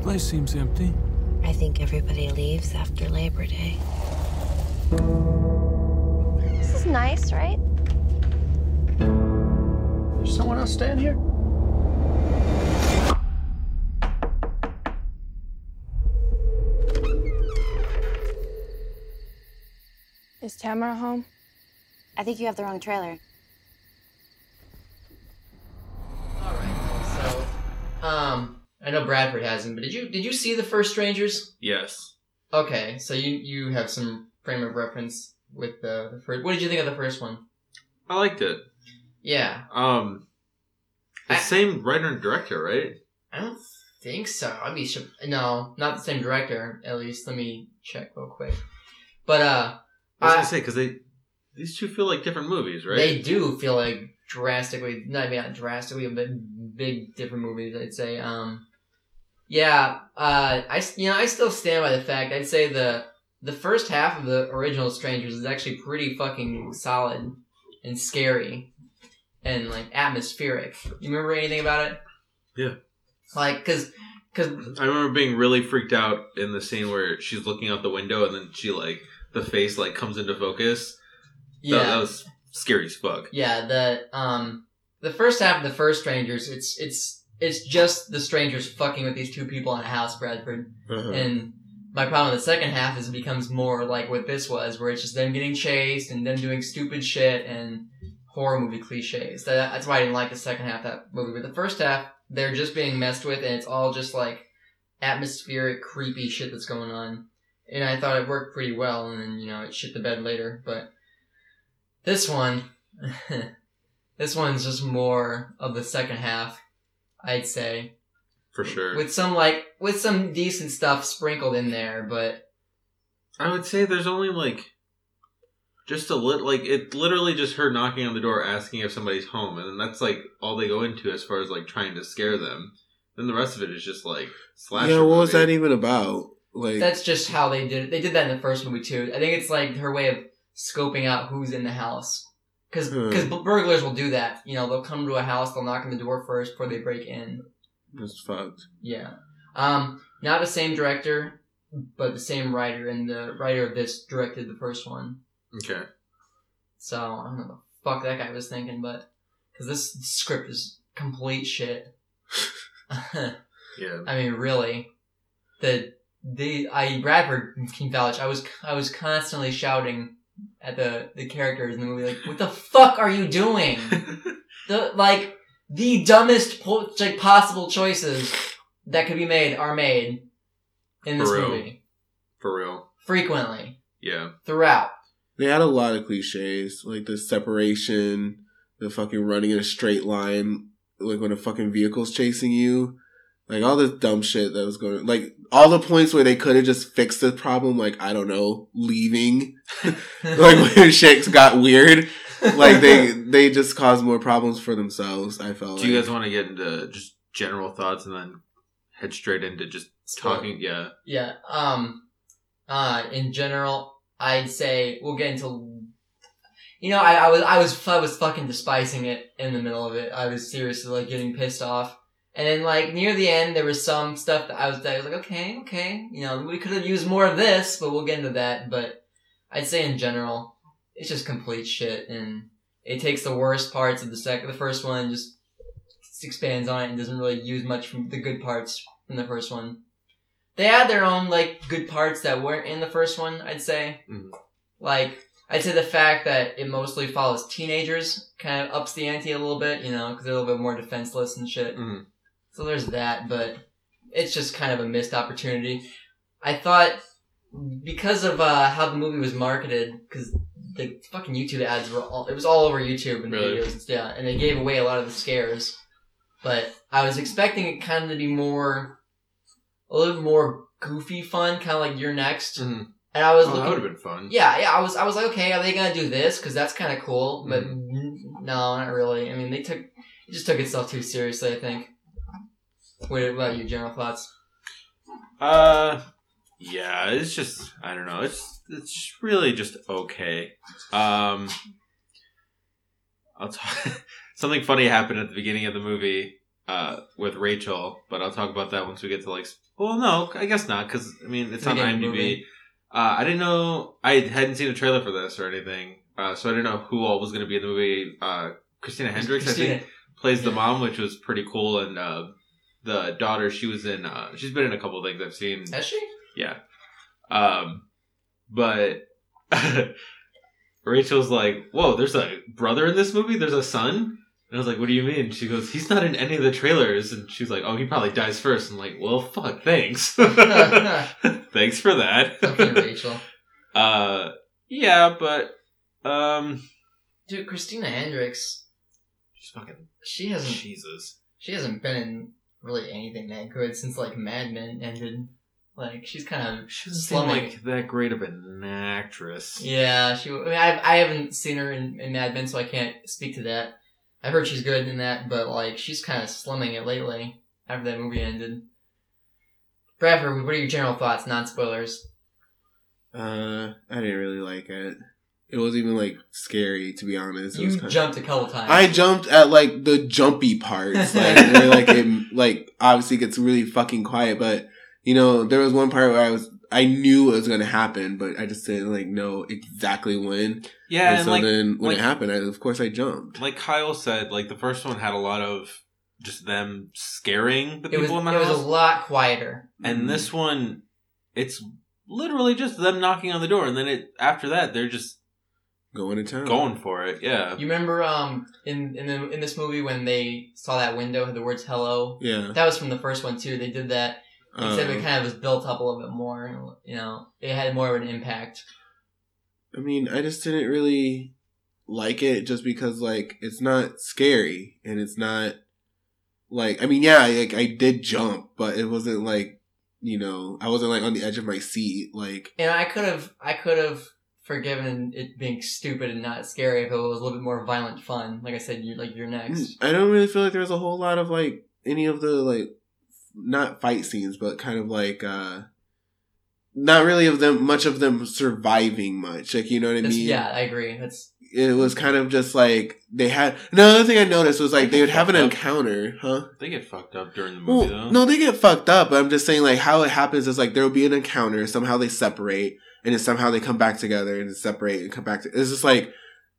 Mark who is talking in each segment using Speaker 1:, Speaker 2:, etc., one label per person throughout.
Speaker 1: Place seems empty.
Speaker 2: I think everybody leaves after Labor Day.
Speaker 3: This is nice, right?
Speaker 4: There's someone else staying here?
Speaker 5: Is Tamara home?
Speaker 6: I think you have the wrong trailer.
Speaker 7: All right. So, um, I know Bradford hasn't, but did you did you see the first Strangers?
Speaker 8: Yes.
Speaker 7: Okay, so you you have some frame of reference with the, the first. What did you think of the first one?
Speaker 8: I liked it.
Speaker 7: Yeah,
Speaker 8: Um, the
Speaker 7: I-
Speaker 8: same writer and director, right?
Speaker 7: I don't think so. I'd be sur- no, not the same director. At least let me check real quick. But uh,
Speaker 8: I was
Speaker 7: I-
Speaker 8: gonna say because they these two feel like different movies, right?
Speaker 7: They do feel like drastically, not maybe not drastically, but big different movies. I'd say. Um, yeah, uh, I s- you know I still stand by the fact. I'd say the the first half of the original Strangers is actually pretty fucking solid and scary and like atmospheric. You remember anything about it?
Speaker 8: Yeah.
Speaker 7: Like, cause, cause
Speaker 8: I remember being really freaked out in the scene where she's looking out the window and then she like the face like comes into focus.
Speaker 7: yeah.
Speaker 8: that, that was scary as fuck.
Speaker 7: Yeah, the um the first half of the first strangers, it's it's it's just the strangers fucking with these two people in a house, Bradford.
Speaker 9: Uh-huh.
Speaker 8: Uh-huh.
Speaker 7: And my problem with the second half is it becomes more like what this was, where it's just them getting chased and them doing stupid shit and horror movie cliches. That, that's why I didn't like the second half of that movie. But the first half, they're just being messed with, and it's all just like atmospheric, creepy shit that's going on. And I thought it worked pretty well, and then you know it shit the bed later. But this one, this one's just more of the second half, I'd say,
Speaker 8: For sure.
Speaker 7: with some like with some decent stuff sprinkled in there. But
Speaker 8: I would say there's only like just a lit like it literally just her knocking on the door asking if somebody's home and then that's like all they go into as far as like trying to scare them. Then the rest of it is just like slasher.
Speaker 9: yeah, what was
Speaker 8: movie.
Speaker 9: that even about? Like,
Speaker 7: that's just how they did it. They did that in the first movie too. I think it's like her way of scoping out who's in the house, because
Speaker 9: Hmm.
Speaker 7: because burglars will do that. You know, they'll come to a house, they'll knock on the door first before they break in.
Speaker 9: that's fucked.
Speaker 7: Yeah. Um, not the same director, but the same writer, and the writer of this directed the first one.
Speaker 8: Okay.
Speaker 7: So I don't know what the fuck that guy was thinking, but because this script is complete shit. I
Speaker 8: Yeah.
Speaker 7: mean, really, the the I Bradford can vouch. I was I was constantly shouting at the the characters in the movie, like, "What the fuck are you doing?" the like the dumbest po- like possible choices that could be made are made in this
Speaker 8: For real.
Speaker 7: movie
Speaker 8: For real.
Speaker 7: frequently
Speaker 8: Yeah.
Speaker 7: throughout.
Speaker 9: They had a lot of cliches, like the separation, the fucking running in a straight line, like when a fucking vehicle's chasing you, like all this dumb shit that was going. Like all the points where they could have just fixed the problem, like I don't know, leaving, like when shit got weird, like they they just caused more problems for themselves. I felt.
Speaker 8: Do you
Speaker 9: like.
Speaker 8: guys want to get into just general thoughts and then head straight into just talking? Yeah.
Speaker 7: Yeah. Um. Uh. In general, I'd say we'll get into. You know, I, I was I was I was fucking despising it in the middle of it. I was seriously like getting pissed off. And then like near the end, there was some stuff that I was that I was like, okay, okay, you know, we could have used more of this, but we'll get into that. But I'd say in general, it's just complete shit, and it takes the worst parts of the second, the first one, and just expands on it, and doesn't really use much from the good parts from the first one they had their own like good parts that weren't in the first one. I'd say,
Speaker 8: Mhm.
Speaker 7: like, I'd say the fact that it mostly follows teenagers kind of ups the ante a little bit, you know, because they're a little bit more defenseless and shit.
Speaker 8: Mhm.
Speaker 7: So there's that, but it's just kind of a missed opportunity. I thought because of uh, how the movie was marketed, because the fucking YouTube ads were all it was all over YouTube and
Speaker 8: Really?
Speaker 7: videos, yeah, and they gave away a lot of the scares. But I was expecting it kind of to be more, a little more goofy fun, kind of like You're Next,
Speaker 8: Mhm.
Speaker 7: and I was
Speaker 8: Oh, that would
Speaker 7: looking.
Speaker 8: have been fun.
Speaker 7: Yeah, yeah, I was, I was like, okay, are they gonna do this? Because that's kind of cool, but
Speaker 8: Mm-hmm.
Speaker 7: n- no, not really. I mean, they took, it just took itself too seriously. I think. What about you, general thoughts?
Speaker 8: Uh, yeah, it's just I don't know. It's it's really just okay. Um, I'll talk. something funny happened at the beginning of the movie uh, with Rachel, but I'll talk about that once we get to like. sp- Well, no, I guess not because I mean it's
Speaker 7: It's a
Speaker 8: on
Speaker 7: game
Speaker 8: IMDb.
Speaker 7: movie.
Speaker 8: Uh, I didn't know I hadn't seen a trailer for this or anything, uh, so I didn't know who all was going to be in the movie. Uh, Christina Hendricks, I
Speaker 7: Christina-
Speaker 8: think, plays the mom, which was pretty cool, and uh, the daughter she was in. Uh, she's been in a couple of things I've seen.
Speaker 7: Has she?
Speaker 8: Yeah. Um, but Rachel's like, "Whoa, there's a brother in this movie. There's a son." And I was like, "What do you mean?" She goes, "He's not in any of the trailers." And she's like, "Oh, he probably dies first. I'm like, "Well, fuck, thanks, thanks for
Speaker 7: Fucking
Speaker 8: that."
Speaker 7: Rachel.
Speaker 8: uh, yeah, but um,
Speaker 7: Dude, Christina Hendricks,
Speaker 8: just fucking
Speaker 7: she hasn't
Speaker 8: Jesus.
Speaker 7: she hasn't been in really anything that good since like Mad Men ended. Like she's kind of
Speaker 8: She doesn't seem
Speaker 7: Slumming.
Speaker 8: like that great of an actress.
Speaker 7: yeah. She I, mean, I I haven't seen her in, in Mad Men, so I can't speak to that. I heard she's good in that, but like she's kind of slumming it lately after that movie ended. Bradford, what are your general thoughts? Non spoilers.
Speaker 9: Uh, I didn't really like it. It was even like scary to be honest. It
Speaker 7: You
Speaker 9: was kinda-
Speaker 7: jumped a couple times.
Speaker 9: I jumped at like the jumpy parts, like where like it like obviously gets really fucking quiet. But you know, there was one part where I was I knew it was gonna happen, but I just didn't like know exactly when.
Speaker 8: Yeah,
Speaker 9: and,
Speaker 8: and
Speaker 9: so
Speaker 8: like
Speaker 9: then when
Speaker 8: like-
Speaker 9: it happened, I, of course I jumped.
Speaker 8: like Kyle said, like the first one had a lot of just them scaring the
Speaker 7: it
Speaker 8: people
Speaker 7: was it
Speaker 8: in the house,
Speaker 7: was a lot quieter.
Speaker 8: and this one, it's literally just them knocking on the door, and then it after that they're just
Speaker 9: going to town,
Speaker 8: going for it. Yeah,
Speaker 7: You remember um in in the, in this movie when they saw that window had the words hello.
Speaker 9: yeah.
Speaker 7: That was from the first one too. They did that except
Speaker 9: Um,
Speaker 7: it kind of was built up a little bit more. You know, it had more of an impact.
Speaker 9: I mean, I just didn't really like it just because like it's not scary and it's not like I mean, yeah, I- like I did jump, but it wasn't like you know, I wasn't like on the edge of my seat. Like
Speaker 7: And I could have I could have forgiven it being stupid and not scary if it was a little bit more violent fun. Like I said, you like you're next.
Speaker 9: I don't really feel like there was a whole lot of like any of the like not fight scenes, but kind of like uh not really of them much of them surviving much. Like you know what I
Speaker 7: That's-
Speaker 9: mean?
Speaker 7: yeah, I agree. That's
Speaker 9: It was kind of just like they had no other thing I noticed was like they would have an
Speaker 8: Fuck.
Speaker 9: encounter, huh?
Speaker 8: they get fucked up during the
Speaker 9: Well,
Speaker 8: movie though.
Speaker 9: no, they get fucked up. But I'm just saying, like, how it happens is like there will be an encounter. Somehow they separate, and then somehow they come back together and separate and come back. To- it's just like,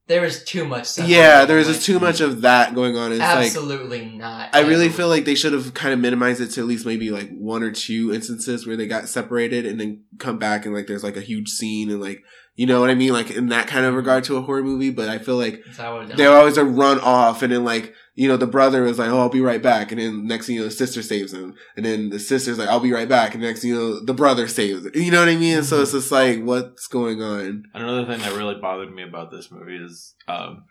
Speaker 7: there was too much. stuff
Speaker 9: yeah,
Speaker 7: going
Speaker 9: there's
Speaker 7: on.
Speaker 9: just too much of that going on. It's like
Speaker 7: absolutely not.
Speaker 9: I really feel like they should have kind of minimized it to at least maybe like one or two instances where they got separated and then come back and like there's like a huge scene and like you know what I mean, like in that kind of regard to a horror movie. But I feel like
Speaker 7: That's how I would've done
Speaker 9: they
Speaker 7: it.
Speaker 9: were always a run off and then like you know the brother was like oh i'll be right back and then next thing you know the sister saves him and then the sister's like i'll be right back and next thing you know the brother saves him. you know what i mean so it's
Speaker 7: Mm-hmm.
Speaker 9: just like what's going on
Speaker 8: Another thing that really bothered me about this movie is, um,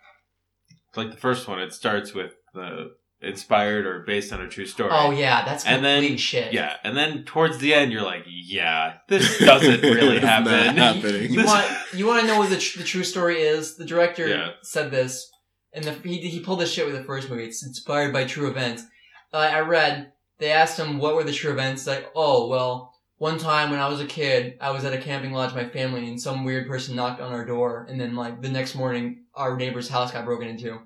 Speaker 8: like the first one, it starts with the inspired or based on a true story.
Speaker 7: Oh yeah, that's complete
Speaker 8: And then-
Speaker 7: shit.
Speaker 8: Yeah, and then towards the end, you're like, yeah, this doesn't really
Speaker 9: It's not
Speaker 8: happen.
Speaker 9: happening.
Speaker 7: You want you want to know what the, tr- the true story is? The director
Speaker 8: Yeah.
Speaker 7: said this, and the, he he pulled this shit with the first movie. It's inspired by true events. Uh, I read they asked him what were the true events. Like, oh well, one time when I was a kid, I was at a camping lodge with my family, and some weird person knocked on our door, and then like the next morning, our neighbor's house got broken into.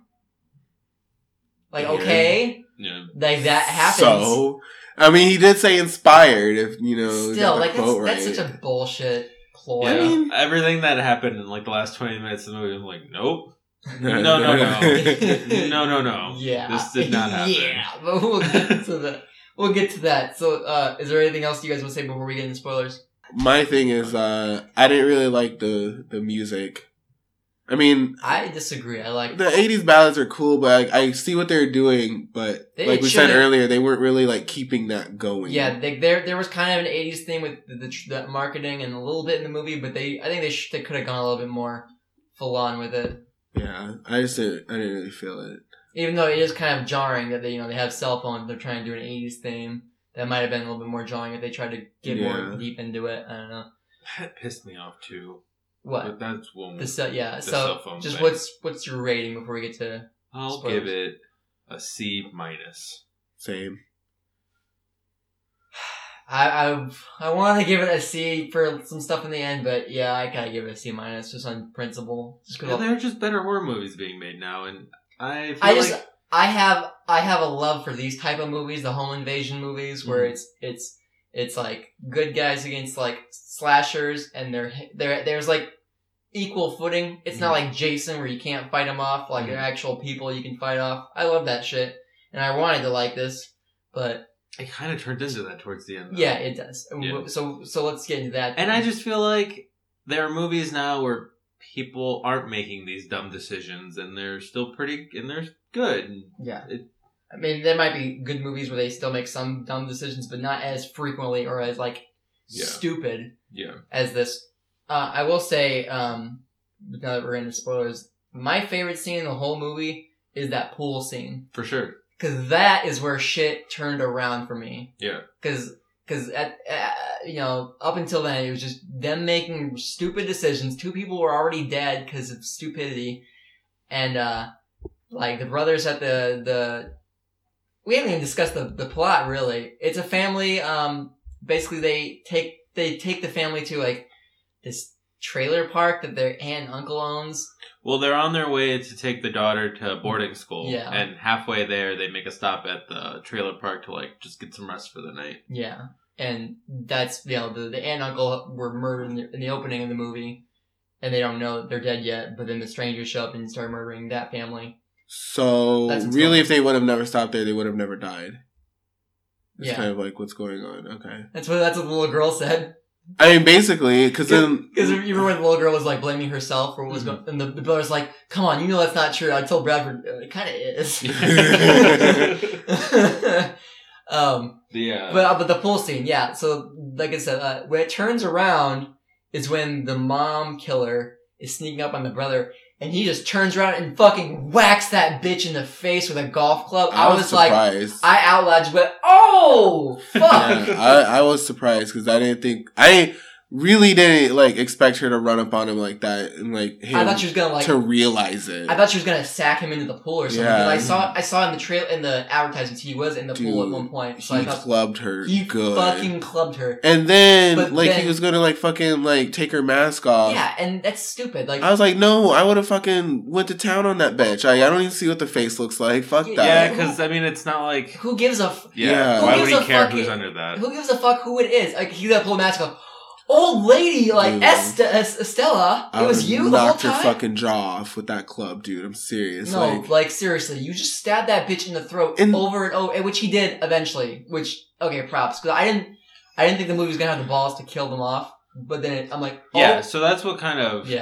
Speaker 7: Like,
Speaker 9: Yeah.
Speaker 7: okay,
Speaker 8: Yeah.
Speaker 7: like that happens.
Speaker 9: so i mean he did say inspired if you know you got
Speaker 7: Still,
Speaker 9: the
Speaker 7: like that's,
Speaker 9: quote
Speaker 7: that's
Speaker 9: right.
Speaker 7: such a bullshit ploy.
Speaker 8: Yeah,
Speaker 9: I mean-
Speaker 8: everything that happened in like the last twenty minutes of the movie, I'm like, nope, no, no, no, no, no, no.
Speaker 7: Yeah.
Speaker 8: this did not happen.
Speaker 7: Yeah, but we'll get to that. We'll get to that. So, uh, is there anything else you guys want to say before we get into spoilers?
Speaker 9: my thing is uh i didn't really like the the music i mean
Speaker 7: I disagree. I like.
Speaker 9: the eighties ballads are cool, but I, I see what they're doing. But
Speaker 7: They
Speaker 9: like we said
Speaker 7: should've-
Speaker 9: earlier, they weren't really like keeping that going.
Speaker 7: Yeah, they, there there was kind of an '80s thing with the, the, tr- the marketing and a little bit in the movie, but they I think they sh- they could have gone a little bit more full on with it.
Speaker 9: yeah. I just didn't, I didn't really feel it.
Speaker 7: Even though it is kind of jarring that they you know they have cell phones, they're trying to do an '80s theme. That might have been a little bit more jarring if they tried to get
Speaker 9: Yeah.
Speaker 7: more deep into it. I don't know
Speaker 8: That pissed me off too.
Speaker 7: what
Speaker 8: But that's one.
Speaker 7: the cell. Yeah,
Speaker 8: the
Speaker 7: so
Speaker 8: cell phone
Speaker 7: just
Speaker 8: thing.
Speaker 7: what's what's your rating before we get to
Speaker 8: I'll
Speaker 7: Spoilers.
Speaker 8: give it a C minus.
Speaker 9: Same.
Speaker 7: I I, I want to give it a C for some stuff in the end, but yeah, I gotta give it a C minus just on principle. Just 'cause
Speaker 8: Yeah, there are just better horror movies being made now, and I feel
Speaker 7: I just
Speaker 8: like
Speaker 10: Mm-hmm.
Speaker 7: I have I have a love for these type of movies, the home invasion movies, where it's it's It's like good guys against like slashers, and they're there. There's like equal footing. It's not
Speaker 10: Mm-hmm.
Speaker 7: like Jason where you can't fight them off. Like they're actual people you can fight off. I love that shit, and I wanted to like this, but
Speaker 10: It kind of turned into that towards the end. though.
Speaker 7: yeah, it does. And
Speaker 10: Yeah.
Speaker 7: w- So so let's get into that.
Speaker 10: And I just feel like there are movies now where people aren't making these dumb decisions, and they're still pretty, and they're good.
Speaker 7: yeah.
Speaker 10: it-
Speaker 7: I mean, there might be good movies where they still make some dumb decisions, but not as frequently or as like
Speaker 10: Yeah.
Speaker 7: stupid
Speaker 10: Yeah.
Speaker 7: as this. Uh, I will say, um, now that we're into spoilers, my favorite scene in the whole movie is that pool scene.
Speaker 10: For sure.
Speaker 7: Cause that is where shit turned around for me.
Speaker 10: Yeah.
Speaker 7: Cause, cause at, uh, you know, up until then, it was just them making stupid decisions. Two people were already dead cause of stupidity. And, uh, like the brothers at the, the, we haven't even discussed the, the plot really. It's a family, um, basically they take, they take the family to like this trailer park that their aunt and uncle owns.
Speaker 10: Well, they're on their way to take the daughter to boarding school.
Speaker 7: Yeah.
Speaker 10: And halfway there, they make a stop at the trailer park to, like, just get some rest for the night.
Speaker 7: Yeah, and that's you know the, the aunt and uncle were murdered in the, in the opening of the movie, and they don't know that they're dead yet. But then the strangers show up and start murdering that family.
Speaker 9: So
Speaker 7: That's what's
Speaker 9: really,
Speaker 7: going
Speaker 9: if they would have never stopped there, they would have never died. It's
Speaker 7: Yeah,
Speaker 9: kind of like what's going on. Okay,
Speaker 7: that's what that's what the little girl said.
Speaker 9: I mean basically because then
Speaker 7: Because you remember when the little girl was like blaming herself for what was
Speaker 10: Mhm.
Speaker 7: going, and the, the brother's like, "Come on, you know that's not true." I told Bradford, "Uh, "It kind of is." um,
Speaker 10: The, uh,
Speaker 7: But uh, but the pool scene, yeah. So like I said, uh, when it turns around is when the mom killer is sneaking up on the brother, and he just turns around and fucking whacks that bitch in the face with a golf club. I, was, like,
Speaker 9: surprised.
Speaker 7: I out loud just went, "Oh fuck!"
Speaker 9: yeah, I, I was surprised because I didn't think I didn't, really didn't like expect her to run up on him like that and like him
Speaker 7: I thought she was gonna like.
Speaker 9: to realize it.
Speaker 7: I thought she was gonna sack him into the pool or something.
Speaker 9: Yeah.
Speaker 7: But I saw I saw in the trail in the advertisements he was in the pool at
Speaker 9: Dude,
Speaker 7: one point. So
Speaker 9: he
Speaker 7: I thought
Speaker 9: clubbed her
Speaker 7: he
Speaker 9: good.
Speaker 7: fucking clubbed her.
Speaker 9: and then
Speaker 7: But
Speaker 9: like
Speaker 7: then-
Speaker 9: he was gonna like fucking like take her mask off.
Speaker 7: Yeah, and that's stupid. Like
Speaker 9: Uh, I was like, no, I would have fucking went to town on that bitch. Like, I don't even see what the face looks like. Fuck that.
Speaker 10: yeah, because, I mean, it's not like.
Speaker 7: who gives a f-
Speaker 10: Yeah.
Speaker 9: Yeah.
Speaker 10: Why
Speaker 7: Who
Speaker 10: would
Speaker 7: gives
Speaker 10: he
Speaker 7: a
Speaker 10: care
Speaker 7: fuck-
Speaker 10: who's under that?
Speaker 7: Who gives a fuck who it is? Like he's gonna pull a mask off. Old lady, like
Speaker 9: Dude.
Speaker 7: Est- Es- Estella,
Speaker 9: I
Speaker 7: it was
Speaker 9: would've
Speaker 7: you the whole
Speaker 9: knocked her
Speaker 7: time.
Speaker 9: fucking jaw off with that club, dude. I'm serious.
Speaker 7: no,
Speaker 9: like,
Speaker 7: like, seriously, you just stabbed that bitch in the throat
Speaker 9: And-
Speaker 7: over and over, which he did eventually. Which okay, props because I didn't, I didn't think the movie was gonna have the balls to kill them off. But then it, I'm like, oh,
Speaker 10: Yeah,
Speaker 7: yeah,
Speaker 10: so that's what kind of.
Speaker 7: I was like,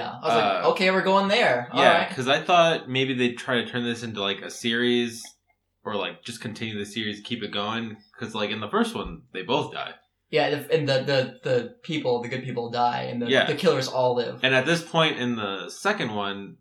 Speaker 10: Uh,
Speaker 7: okay, we're going there. All
Speaker 10: Yeah,
Speaker 7: right.
Speaker 10: because I thought maybe they'd try to turn this into like a series, or like just continue the series, keep it going. Because like in the first one, they both die,
Speaker 7: yeah, the- and the, the the people, the good people die, and the,
Speaker 10: Yeah.
Speaker 7: the killers all live.
Speaker 10: and at this point in the second one,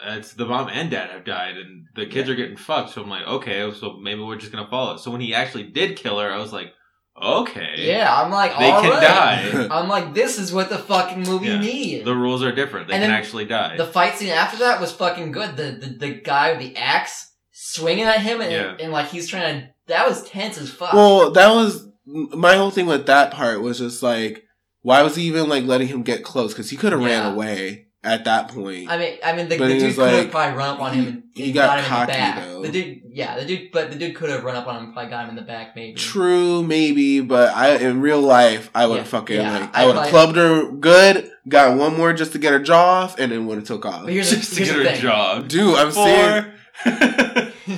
Speaker 10: uh, it's the mom and dad have died, and the kids are getting fucked. So I'm like, okay, so maybe we're just gonna follow. it. So when he actually did kill her, I was like, okay,
Speaker 7: yeah, I'm like,
Speaker 10: they
Speaker 7: all
Speaker 10: can
Speaker 7: right.
Speaker 10: die.
Speaker 7: I'm like, this is what the fucking movie
Speaker 10: Yeah.
Speaker 7: needs.
Speaker 10: the rules are different. They
Speaker 7: And
Speaker 10: can
Speaker 7: then
Speaker 10: actually die.
Speaker 7: The fight scene after that was fucking good. The the, the guy with the axe swinging at him and,
Speaker 10: Yeah.
Speaker 7: and like he's trying to. That was tense as fuck.
Speaker 9: well, that was my whole thing with that part was just like, why was he even like letting him get close? Because he could have
Speaker 7: Yeah.
Speaker 9: ran away at that point.
Speaker 7: I mean, I mean, the,
Speaker 9: But
Speaker 7: the
Speaker 9: he
Speaker 7: dude
Speaker 9: was
Speaker 7: could have
Speaker 9: like-
Speaker 7: probably run up on him and
Speaker 9: he got
Speaker 7: him
Speaker 9: cocky,
Speaker 7: in the back.
Speaker 9: though.
Speaker 7: The dude, yeah, the dude, but the dude could have run up on him, and probably got him in the back, maybe.
Speaker 9: True, maybe, but I in real life I would
Speaker 7: Yeah,
Speaker 9: have fucking
Speaker 7: yeah,
Speaker 9: like
Speaker 7: I
Speaker 9: I, would have
Speaker 7: like-
Speaker 9: clubbed her good, got one more just to get her jaw off, and then would have took off.
Speaker 7: But here's, the-
Speaker 10: just to
Speaker 7: here's
Speaker 10: get
Speaker 7: the
Speaker 10: her
Speaker 7: thing.
Speaker 10: job.
Speaker 9: Dude, I'm saying
Speaker 10: Four.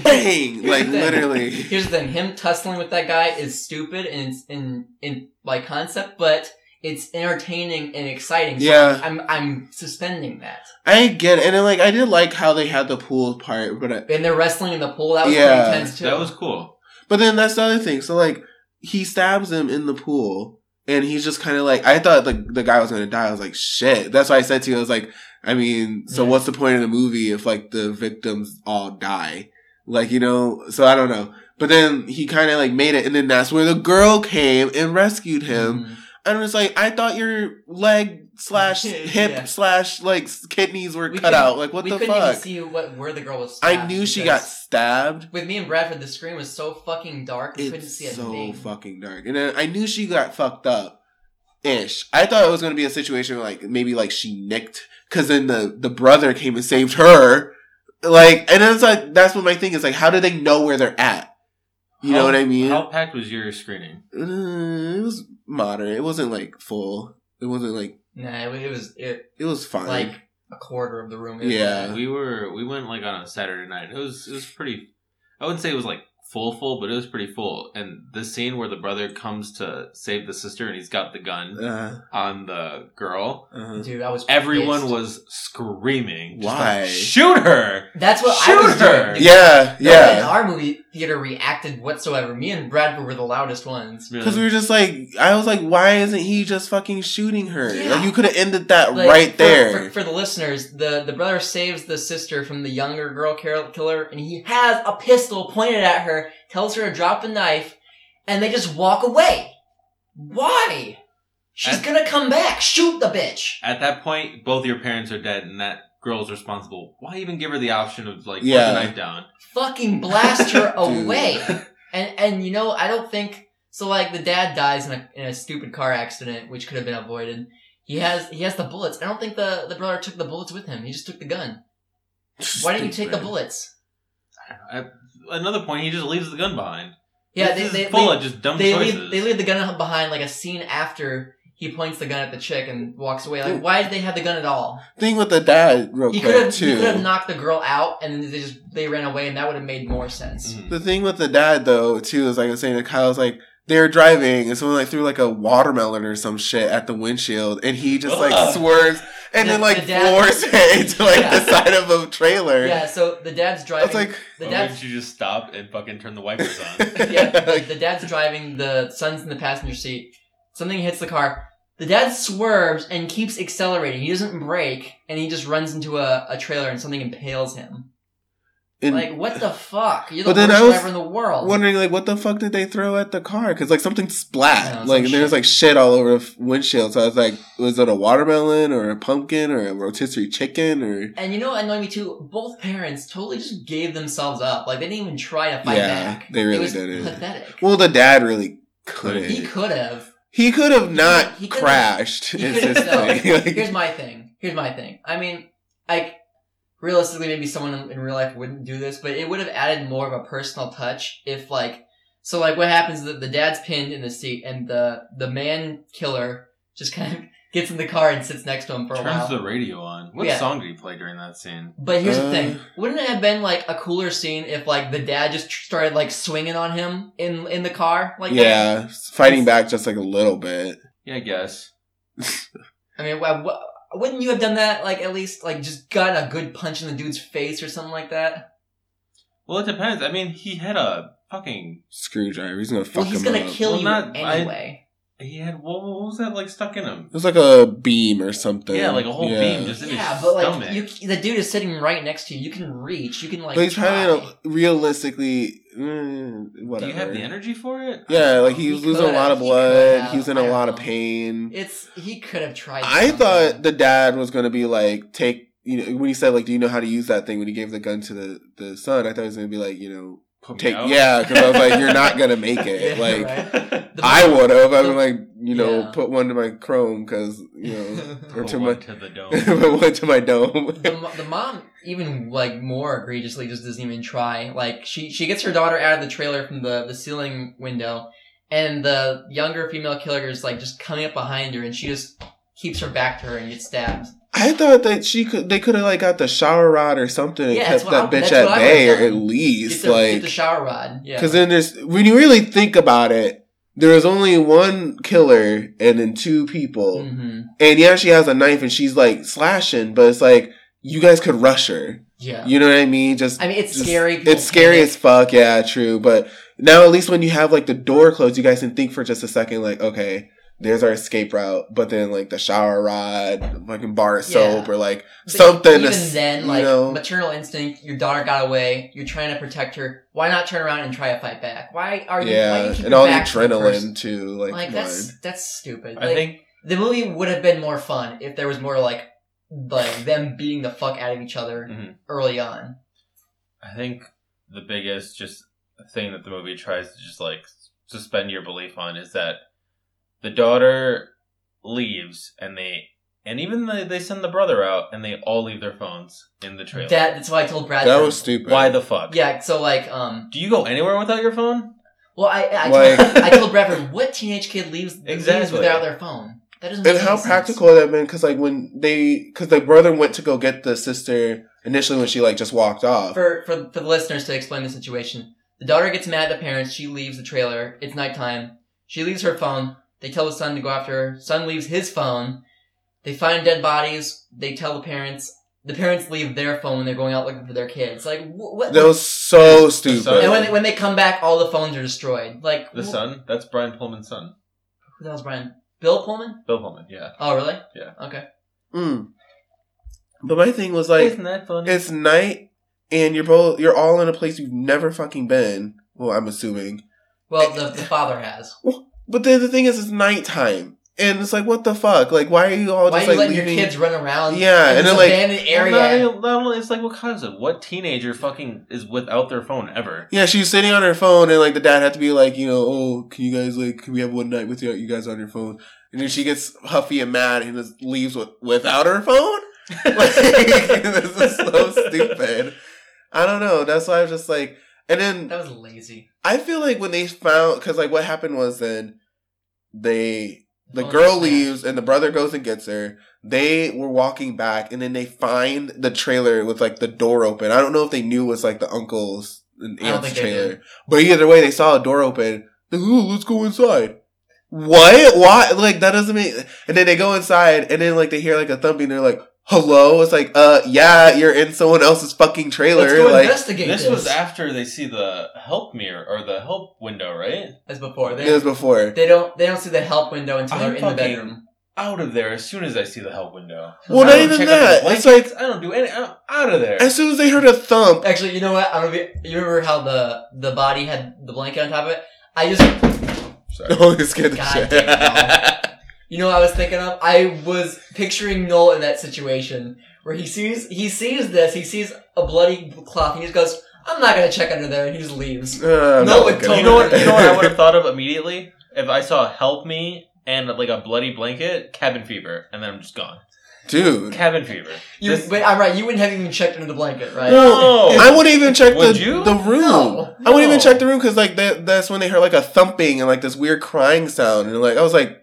Speaker 9: bang,
Speaker 7: Here's
Speaker 9: like
Speaker 7: the thing.
Speaker 9: literally.
Speaker 7: Here's the thing: him tussling with that guy is stupid and it's in in like concept, but it's entertaining and exciting. So
Speaker 9: Yeah.
Speaker 7: I'm I'm suspending that.
Speaker 9: I get it. And then, like, I did like how they had the pool part, but I,
Speaker 7: And they're wrestling in the pool. That was
Speaker 9: Yeah.
Speaker 7: pretty tense too.
Speaker 10: that was cool.
Speaker 9: but then that's the other thing. So, like, he stabs him in the pool, and he's just kind of like, I thought the, the guy was going to die. I was like, shit. That's why I said to you, I was like, I mean, so
Speaker 7: Yeah.
Speaker 9: what's the point of the movie if, like, the victims all die? Like, you know, so I don't know. But then he kind of, like, made it, and then that's where the girl came and rescued him.
Speaker 7: Mhm.
Speaker 9: And it's like, I thought your leg slash hip
Speaker 7: Yeah.
Speaker 9: slash, like, s- kidneys were
Speaker 7: We
Speaker 9: cut
Speaker 7: couldn't-
Speaker 9: out. Like, what
Speaker 7: we
Speaker 9: the
Speaker 7: couldn't
Speaker 9: fuck?
Speaker 7: even see what where the girl was.
Speaker 9: I
Speaker 7: stabbed
Speaker 9: knew she got
Speaker 7: because
Speaker 9: stabbed.
Speaker 7: With me and Bradford, the screen was so fucking dark. We couldn't
Speaker 9: It's
Speaker 7: see a
Speaker 9: so
Speaker 7: thing.
Speaker 9: fucking dark. And then I knew she got fucked up. Ish. I thought it was gonna be a situation where like maybe like she nicked because then the the brother came and saved her. Like and it's like that's what my thing is like how do they know where they're at? You know
Speaker 8: How-
Speaker 9: what I mean?
Speaker 8: How packed was your screening?
Speaker 9: Uh, it was modern. It wasn't like full. It wasn't like
Speaker 7: Nah, it, it was it
Speaker 9: it was fine.
Speaker 7: like a quarter of the room. It was
Speaker 9: Yeah.
Speaker 7: like-
Speaker 8: We were we went like on a Saturday night. It was it was pretty. I wouldn't say it was like full full, but it was pretty full. And the scene where the brother comes to save the sister and he's got the gun
Speaker 9: uh,
Speaker 8: on the girl,
Speaker 9: uh,
Speaker 7: dude, I was
Speaker 8: everyone
Speaker 7: pissed.
Speaker 8: was screaming. just
Speaker 9: Why?
Speaker 8: like, Shoot her!
Speaker 7: That's what I
Speaker 8: Shoot
Speaker 7: was
Speaker 8: her!
Speaker 7: doing.
Speaker 9: yeah,
Speaker 7: No one in
Speaker 9: yeah.
Speaker 7: our movie theater reacted whatsoever. Me and Bradford were the loudest ones.
Speaker 9: Because we were just like, I was like, why isn't he just fucking shooting her?
Speaker 7: Yeah.
Speaker 9: Like you could have ended that
Speaker 7: Like,
Speaker 9: right
Speaker 7: for-
Speaker 9: there.
Speaker 7: For, for the listeners, the, the brother saves the sister from the younger girl car- killer, and he has a pistol pointed at her, tells her to drop a knife, and they just walk away. Why? She's
Speaker 8: I-
Speaker 7: gonna come back. Shoot the bitch.
Speaker 8: At that point, both your parents are dead, and that girl's responsible. Why even give her the option of like
Speaker 9: Yeah.
Speaker 8: put the knife down?
Speaker 7: Fucking blast her
Speaker 9: Dude.
Speaker 7: away. And and you know, I don't think so. Like the dad dies in a in a stupid car accident, which could have been avoided. He has he has the bullets. I don't think the the brother took the bullets with him. He just took the gun. Why didn't you take the
Speaker 9: Stupid.
Speaker 7: bullets?
Speaker 8: At another point, he just leaves the gun behind.
Speaker 7: Yeah,
Speaker 8: this
Speaker 7: they,
Speaker 8: is
Speaker 7: they,
Speaker 8: full
Speaker 7: they,
Speaker 8: of just dumb
Speaker 7: they
Speaker 8: choices.
Speaker 7: leave they leave the gun behind like a scene after he points the gun at the chick and walks away. Like,
Speaker 9: Dude.
Speaker 7: why did they have the gun at all?
Speaker 9: Thing with the dad, real
Speaker 7: He could
Speaker 9: quick
Speaker 7: have he
Speaker 9: too.
Speaker 7: could have knocked the girl out and then they just they ran away and that would have made more sense.
Speaker 8: Mhm.
Speaker 9: The thing with the dad though too is like I was saying to Kyle was like they were driving and someone like threw like a watermelon or some shit at the windshield and he just like
Speaker 8: Ugh.
Speaker 9: swerves and
Speaker 7: The-
Speaker 9: then like
Speaker 7: the dad-
Speaker 9: floors it into like
Speaker 7: Yeah.
Speaker 9: the side of a trailer.
Speaker 7: Yeah, so the dad's
Speaker 9: I
Speaker 7: driving.
Speaker 9: was like,
Speaker 7: the
Speaker 8: Why
Speaker 7: dad's
Speaker 8: wouldn't you just stop and fucking turn the wipers on?
Speaker 7: yeah, the, the dad's driving. The son's in the passenger seat. Something hits the car. The dad swerves and keeps accelerating. He doesn't brake, and he just runs into a, a trailer, and something impales him.
Speaker 9: and
Speaker 7: like, what the fuck? You're the
Speaker 9: But then
Speaker 7: worst
Speaker 9: I was
Speaker 7: driver in the world.
Speaker 9: wondering like what the fuck did they throw at the car because like something splat
Speaker 7: Yeah,
Speaker 9: like
Speaker 7: some
Speaker 9: there's
Speaker 7: shit.
Speaker 9: like shit all over the f- windshield. So I was like, was it a watermelon or a pumpkin or a rotisserie chicken or
Speaker 7: and you know what annoyed me too? Both parents totally just gave themselves up. Like, they didn't even try to fight
Speaker 9: Yeah,
Speaker 7: back.
Speaker 9: they really
Speaker 7: it was
Speaker 9: didn't.
Speaker 7: Pathetic.
Speaker 9: well the dad really couldn't.
Speaker 7: he could have.
Speaker 9: He could have not
Speaker 7: He could've-
Speaker 9: crashed.
Speaker 7: he
Speaker 9: is
Speaker 7: could've-
Speaker 9: his
Speaker 7: no.
Speaker 9: thing. Like,
Speaker 7: Here's my thing. Here's my thing. I mean, like realistically, maybe someone in, in real life wouldn't do this, but it would have added more of a personal touch if, like, so like what happens is that the dad's pinned in the seat, and the the man killer just kind of gets in the car and sits next to him for a
Speaker 8: Turns
Speaker 7: while.
Speaker 8: the radio on. What
Speaker 7: Yeah.
Speaker 8: song did he play during that scene?
Speaker 7: but here's the thing:
Speaker 9: Uh.
Speaker 7: wouldn't it have been like a cooler scene if like the dad just tr- started like swinging on him in in the car? Like,
Speaker 9: yeah, fighting back just like a little bit.
Speaker 8: Yeah, I guess.
Speaker 7: I mean, wh- wh- wouldn't you have done that? Like, at least like just got a good punch in the dude's face or something like that.
Speaker 8: Well, it depends. I mean, he had a fucking
Speaker 9: Screwdriver. He's gonna fuck
Speaker 7: Well, he's
Speaker 9: him
Speaker 7: gonna
Speaker 9: up.
Speaker 7: kill
Speaker 8: Well,
Speaker 7: you
Speaker 8: not- I-
Speaker 7: anyway.
Speaker 8: he had what, what was that like stuck in him?
Speaker 9: it was like a beam or something.
Speaker 8: Yeah, like a whole
Speaker 9: Yeah.
Speaker 8: beam just in
Speaker 7: yeah,
Speaker 8: his
Speaker 7: but
Speaker 8: stomach.
Speaker 7: like you, the dude is sitting right next to you. You can reach. You can like.
Speaker 9: but he's
Speaker 7: try.
Speaker 9: trying to realistically, mm,
Speaker 8: Do
Speaker 9: whatever.
Speaker 8: you have the energy for it?
Speaker 9: Yeah, like he was
Speaker 7: He
Speaker 9: losing a
Speaker 7: could've-
Speaker 9: lot of
Speaker 7: he
Speaker 9: blood.
Speaker 7: could've,
Speaker 9: He was in
Speaker 7: I
Speaker 9: a
Speaker 7: don't
Speaker 9: lot of
Speaker 7: know.
Speaker 9: pain.
Speaker 7: It's he could have tried.
Speaker 9: I
Speaker 7: something.
Speaker 9: thought the dad was gonna be like, take you know when he said like, do you know how to use that thing? When he gave the gun to the the son, I thought he was gonna be like, you know,
Speaker 8: Put me
Speaker 9: take
Speaker 8: out.
Speaker 9: yeah, because I was like, you're not gonna make it.
Speaker 7: Yeah,
Speaker 9: like.
Speaker 7: right. The-
Speaker 9: I would have. I
Speaker 7: the-
Speaker 9: would like, you know,
Speaker 7: yeah.
Speaker 9: put one to my Chrome because you know, or
Speaker 8: Put
Speaker 9: to
Speaker 8: one
Speaker 9: my,
Speaker 8: to the dome.
Speaker 9: put one to my dome.
Speaker 7: The, mo- the mom even like more egregiously just doesn't even try. Like she she gets her daughter out of the trailer from the the ceiling window, and the younger female killer is like just coming up behind her, and she just keeps her back to her and gets stabbed.
Speaker 9: I thought that she could. They could have like got the shower rod or something and
Speaker 7: Yeah, that's
Speaker 9: kept
Speaker 7: what
Speaker 9: that
Speaker 7: I-
Speaker 9: bitch
Speaker 7: that's
Speaker 9: at
Speaker 7: what I
Speaker 9: bay,
Speaker 7: would've
Speaker 9: or at
Speaker 7: done.
Speaker 9: least
Speaker 7: get the, get
Speaker 9: like
Speaker 7: the shower rod. Yeah.
Speaker 9: because then there's when you really think about it. There was only one killer and then two people.
Speaker 7: Mhm.
Speaker 9: And yeah, she has a knife and she's like slashing, but it's like you guys could rush her.
Speaker 7: Yeah.
Speaker 9: You know what I mean? Just
Speaker 7: I mean, it's
Speaker 9: Just-
Speaker 7: scary. people
Speaker 9: It's scary
Speaker 7: panic.
Speaker 9: as fuck. Yeah, true. But now at least when you have like the door closed, you guys can think for just a second, like, okay, there's our escape route. But then like the shower rod, fucking bar of
Speaker 7: Yeah.
Speaker 9: soap, or like
Speaker 7: But
Speaker 9: something. to
Speaker 7: Even
Speaker 9: s-
Speaker 7: then, like
Speaker 9: you know,
Speaker 7: maternal instinct, your daughter got away. You're trying to protect her. Why not turn around and try to fight back? Why are you? why do
Speaker 9: yeah,
Speaker 7: you keep
Speaker 9: and
Speaker 7: your
Speaker 9: all the
Speaker 7: back to person?
Speaker 9: adrenaline too. Like,
Speaker 7: Like,
Speaker 9: come
Speaker 7: that's that's stupid.
Speaker 8: I
Speaker 7: Like,
Speaker 8: think
Speaker 7: the movie would have been more fun if there was more like like them beating the fuck out of each other
Speaker 8: Mhm.
Speaker 7: early on.
Speaker 8: I think the biggest just thing that the movie tries to just like suspend your belief on is that the daughter leaves and they and even they they send the brother out and they all leave their phones in the trailer.
Speaker 7: That that's why I told
Speaker 9: on.
Speaker 7: Brad
Speaker 9: that was stupid.
Speaker 8: Why the fuck?
Speaker 7: yeah. So like um
Speaker 8: Do you go anywhere without your phone?
Speaker 7: Well, I I,
Speaker 9: Like-
Speaker 7: told, I told Bradford what teenage kid leaves leaves
Speaker 8: Exactly.
Speaker 7: without their phone. That doesn't. Make
Speaker 9: And
Speaker 7: any
Speaker 9: how
Speaker 7: sense.
Speaker 9: practical would that have been? Because like when they, because the brother went to go get the sister initially when she like just walked off.
Speaker 7: for, for for the listeners to explain the situation. The daughter gets mad at the parents. She leaves the trailer. It's nighttime. She leaves her phone. They tell the son to go after her. Son leaves his phone. They find dead bodies. They tell the parents. The parents leave their phone when they're going out looking for their kids. Like wh- what?
Speaker 9: that was so
Speaker 7: and when
Speaker 9: stupid.
Speaker 7: they, when they come back, all the phones are destroyed. Like
Speaker 8: The
Speaker 7: wh-
Speaker 8: son? That's Brian Pullman's son.
Speaker 7: Who the hell's Brian? Bill Pullman?
Speaker 8: Bill Pullman, yeah.
Speaker 7: Oh, really?
Speaker 8: Yeah.
Speaker 7: Okay.
Speaker 9: Mm. But my thing was like,
Speaker 8: Isn't that funny?
Speaker 9: it's night, and you're both you're all in a place you've never fucking been. Well, I'm assuming.
Speaker 7: Well, the, the father has.
Speaker 9: But then the thing is, it's nighttime, and it's like, what the fuck? Like, why are you all
Speaker 7: Why are
Speaker 9: just
Speaker 7: you
Speaker 9: like
Speaker 7: letting
Speaker 9: leaving?
Speaker 7: your kids run around?
Speaker 9: Yeah,
Speaker 7: in
Speaker 9: and then,
Speaker 7: this
Speaker 9: like-
Speaker 7: abandoned
Speaker 8: Well,
Speaker 7: area.
Speaker 8: Not, not only, it's like what concept? What teenager fucking is without their phone ever?
Speaker 9: Yeah, she was sitting on her phone, and like the dad had to be like, you know, oh, can you guys like, can we have one night with you, you guys on your phone? And then she gets huffy and mad and just leaves with, without her phone. Like, this is so stupid. I don't know. That's why I was just like, and then
Speaker 7: that was lazy.
Speaker 9: I feel like when they found, because like what happened was then they the
Speaker 7: Phone
Speaker 9: girl
Speaker 7: was bad.
Speaker 9: leaves and the brother goes and gets her. They were walking back and then they find the trailer with like the door open. I don't know if they knew it was like the uncle's and
Speaker 7: I don't
Speaker 9: aunt's
Speaker 7: think they
Speaker 9: trailer, but either way, they saw a door open. They're like, Ooh, let's go inside. What? Why? Like that doesn't mean. And then they go inside and then like they hear like a thumping. They're like, "Hello." It's like, "Uh, yeah, you're in someone else's fucking trailer."
Speaker 7: Let's go
Speaker 9: like
Speaker 7: investigate this.
Speaker 8: This was after they see the help mirror or the help window, right?
Speaker 7: as before. They,
Speaker 9: it was before.
Speaker 7: they don't they don't see the help window until
Speaker 8: I'm
Speaker 7: they're in the
Speaker 8: fucking
Speaker 7: bedroom.
Speaker 8: Out of there as soon as I see the help window.
Speaker 9: Well,
Speaker 8: I
Speaker 9: not
Speaker 8: don't
Speaker 9: even
Speaker 8: check out
Speaker 9: that.
Speaker 8: the
Speaker 9: It's like-
Speaker 8: blankets, I don't do any. I'm out of there.
Speaker 9: As soon as they heard a thump,
Speaker 7: Actually, you know what? I don't know. if You you remember how the the body had the blanket on top of it? I just
Speaker 8: Sorry.
Speaker 9: no, it's scared the
Speaker 7: God
Speaker 9: shit.
Speaker 7: damn it, you know what I was thinking of. I was picturing Noel in that situation where he sees he sees this. He sees a bloody cloth. And he just goes, "I'm not gonna check under there," and he just leaves.
Speaker 9: Uh,
Speaker 7: No,
Speaker 9: not
Speaker 7: it
Speaker 9: looking.
Speaker 7: totally-
Speaker 8: You know what? You know what I would have thought of immediately if I saw help me and like a bloody blanket, cabin fever, and then I'm just gone.
Speaker 9: dude.
Speaker 8: Cabin fever.
Speaker 7: You,
Speaker 8: This-
Speaker 7: but I'm right. You wouldn't have even checked under the blanket, right?
Speaker 8: No.
Speaker 9: I wouldn't even check the,
Speaker 8: Oh. Would you?
Speaker 9: the room.
Speaker 7: No,
Speaker 9: I wouldn't even
Speaker 8: no.
Speaker 9: check the room because like that, that's when they heard like a thumping and like this weird crying sound and like I was like,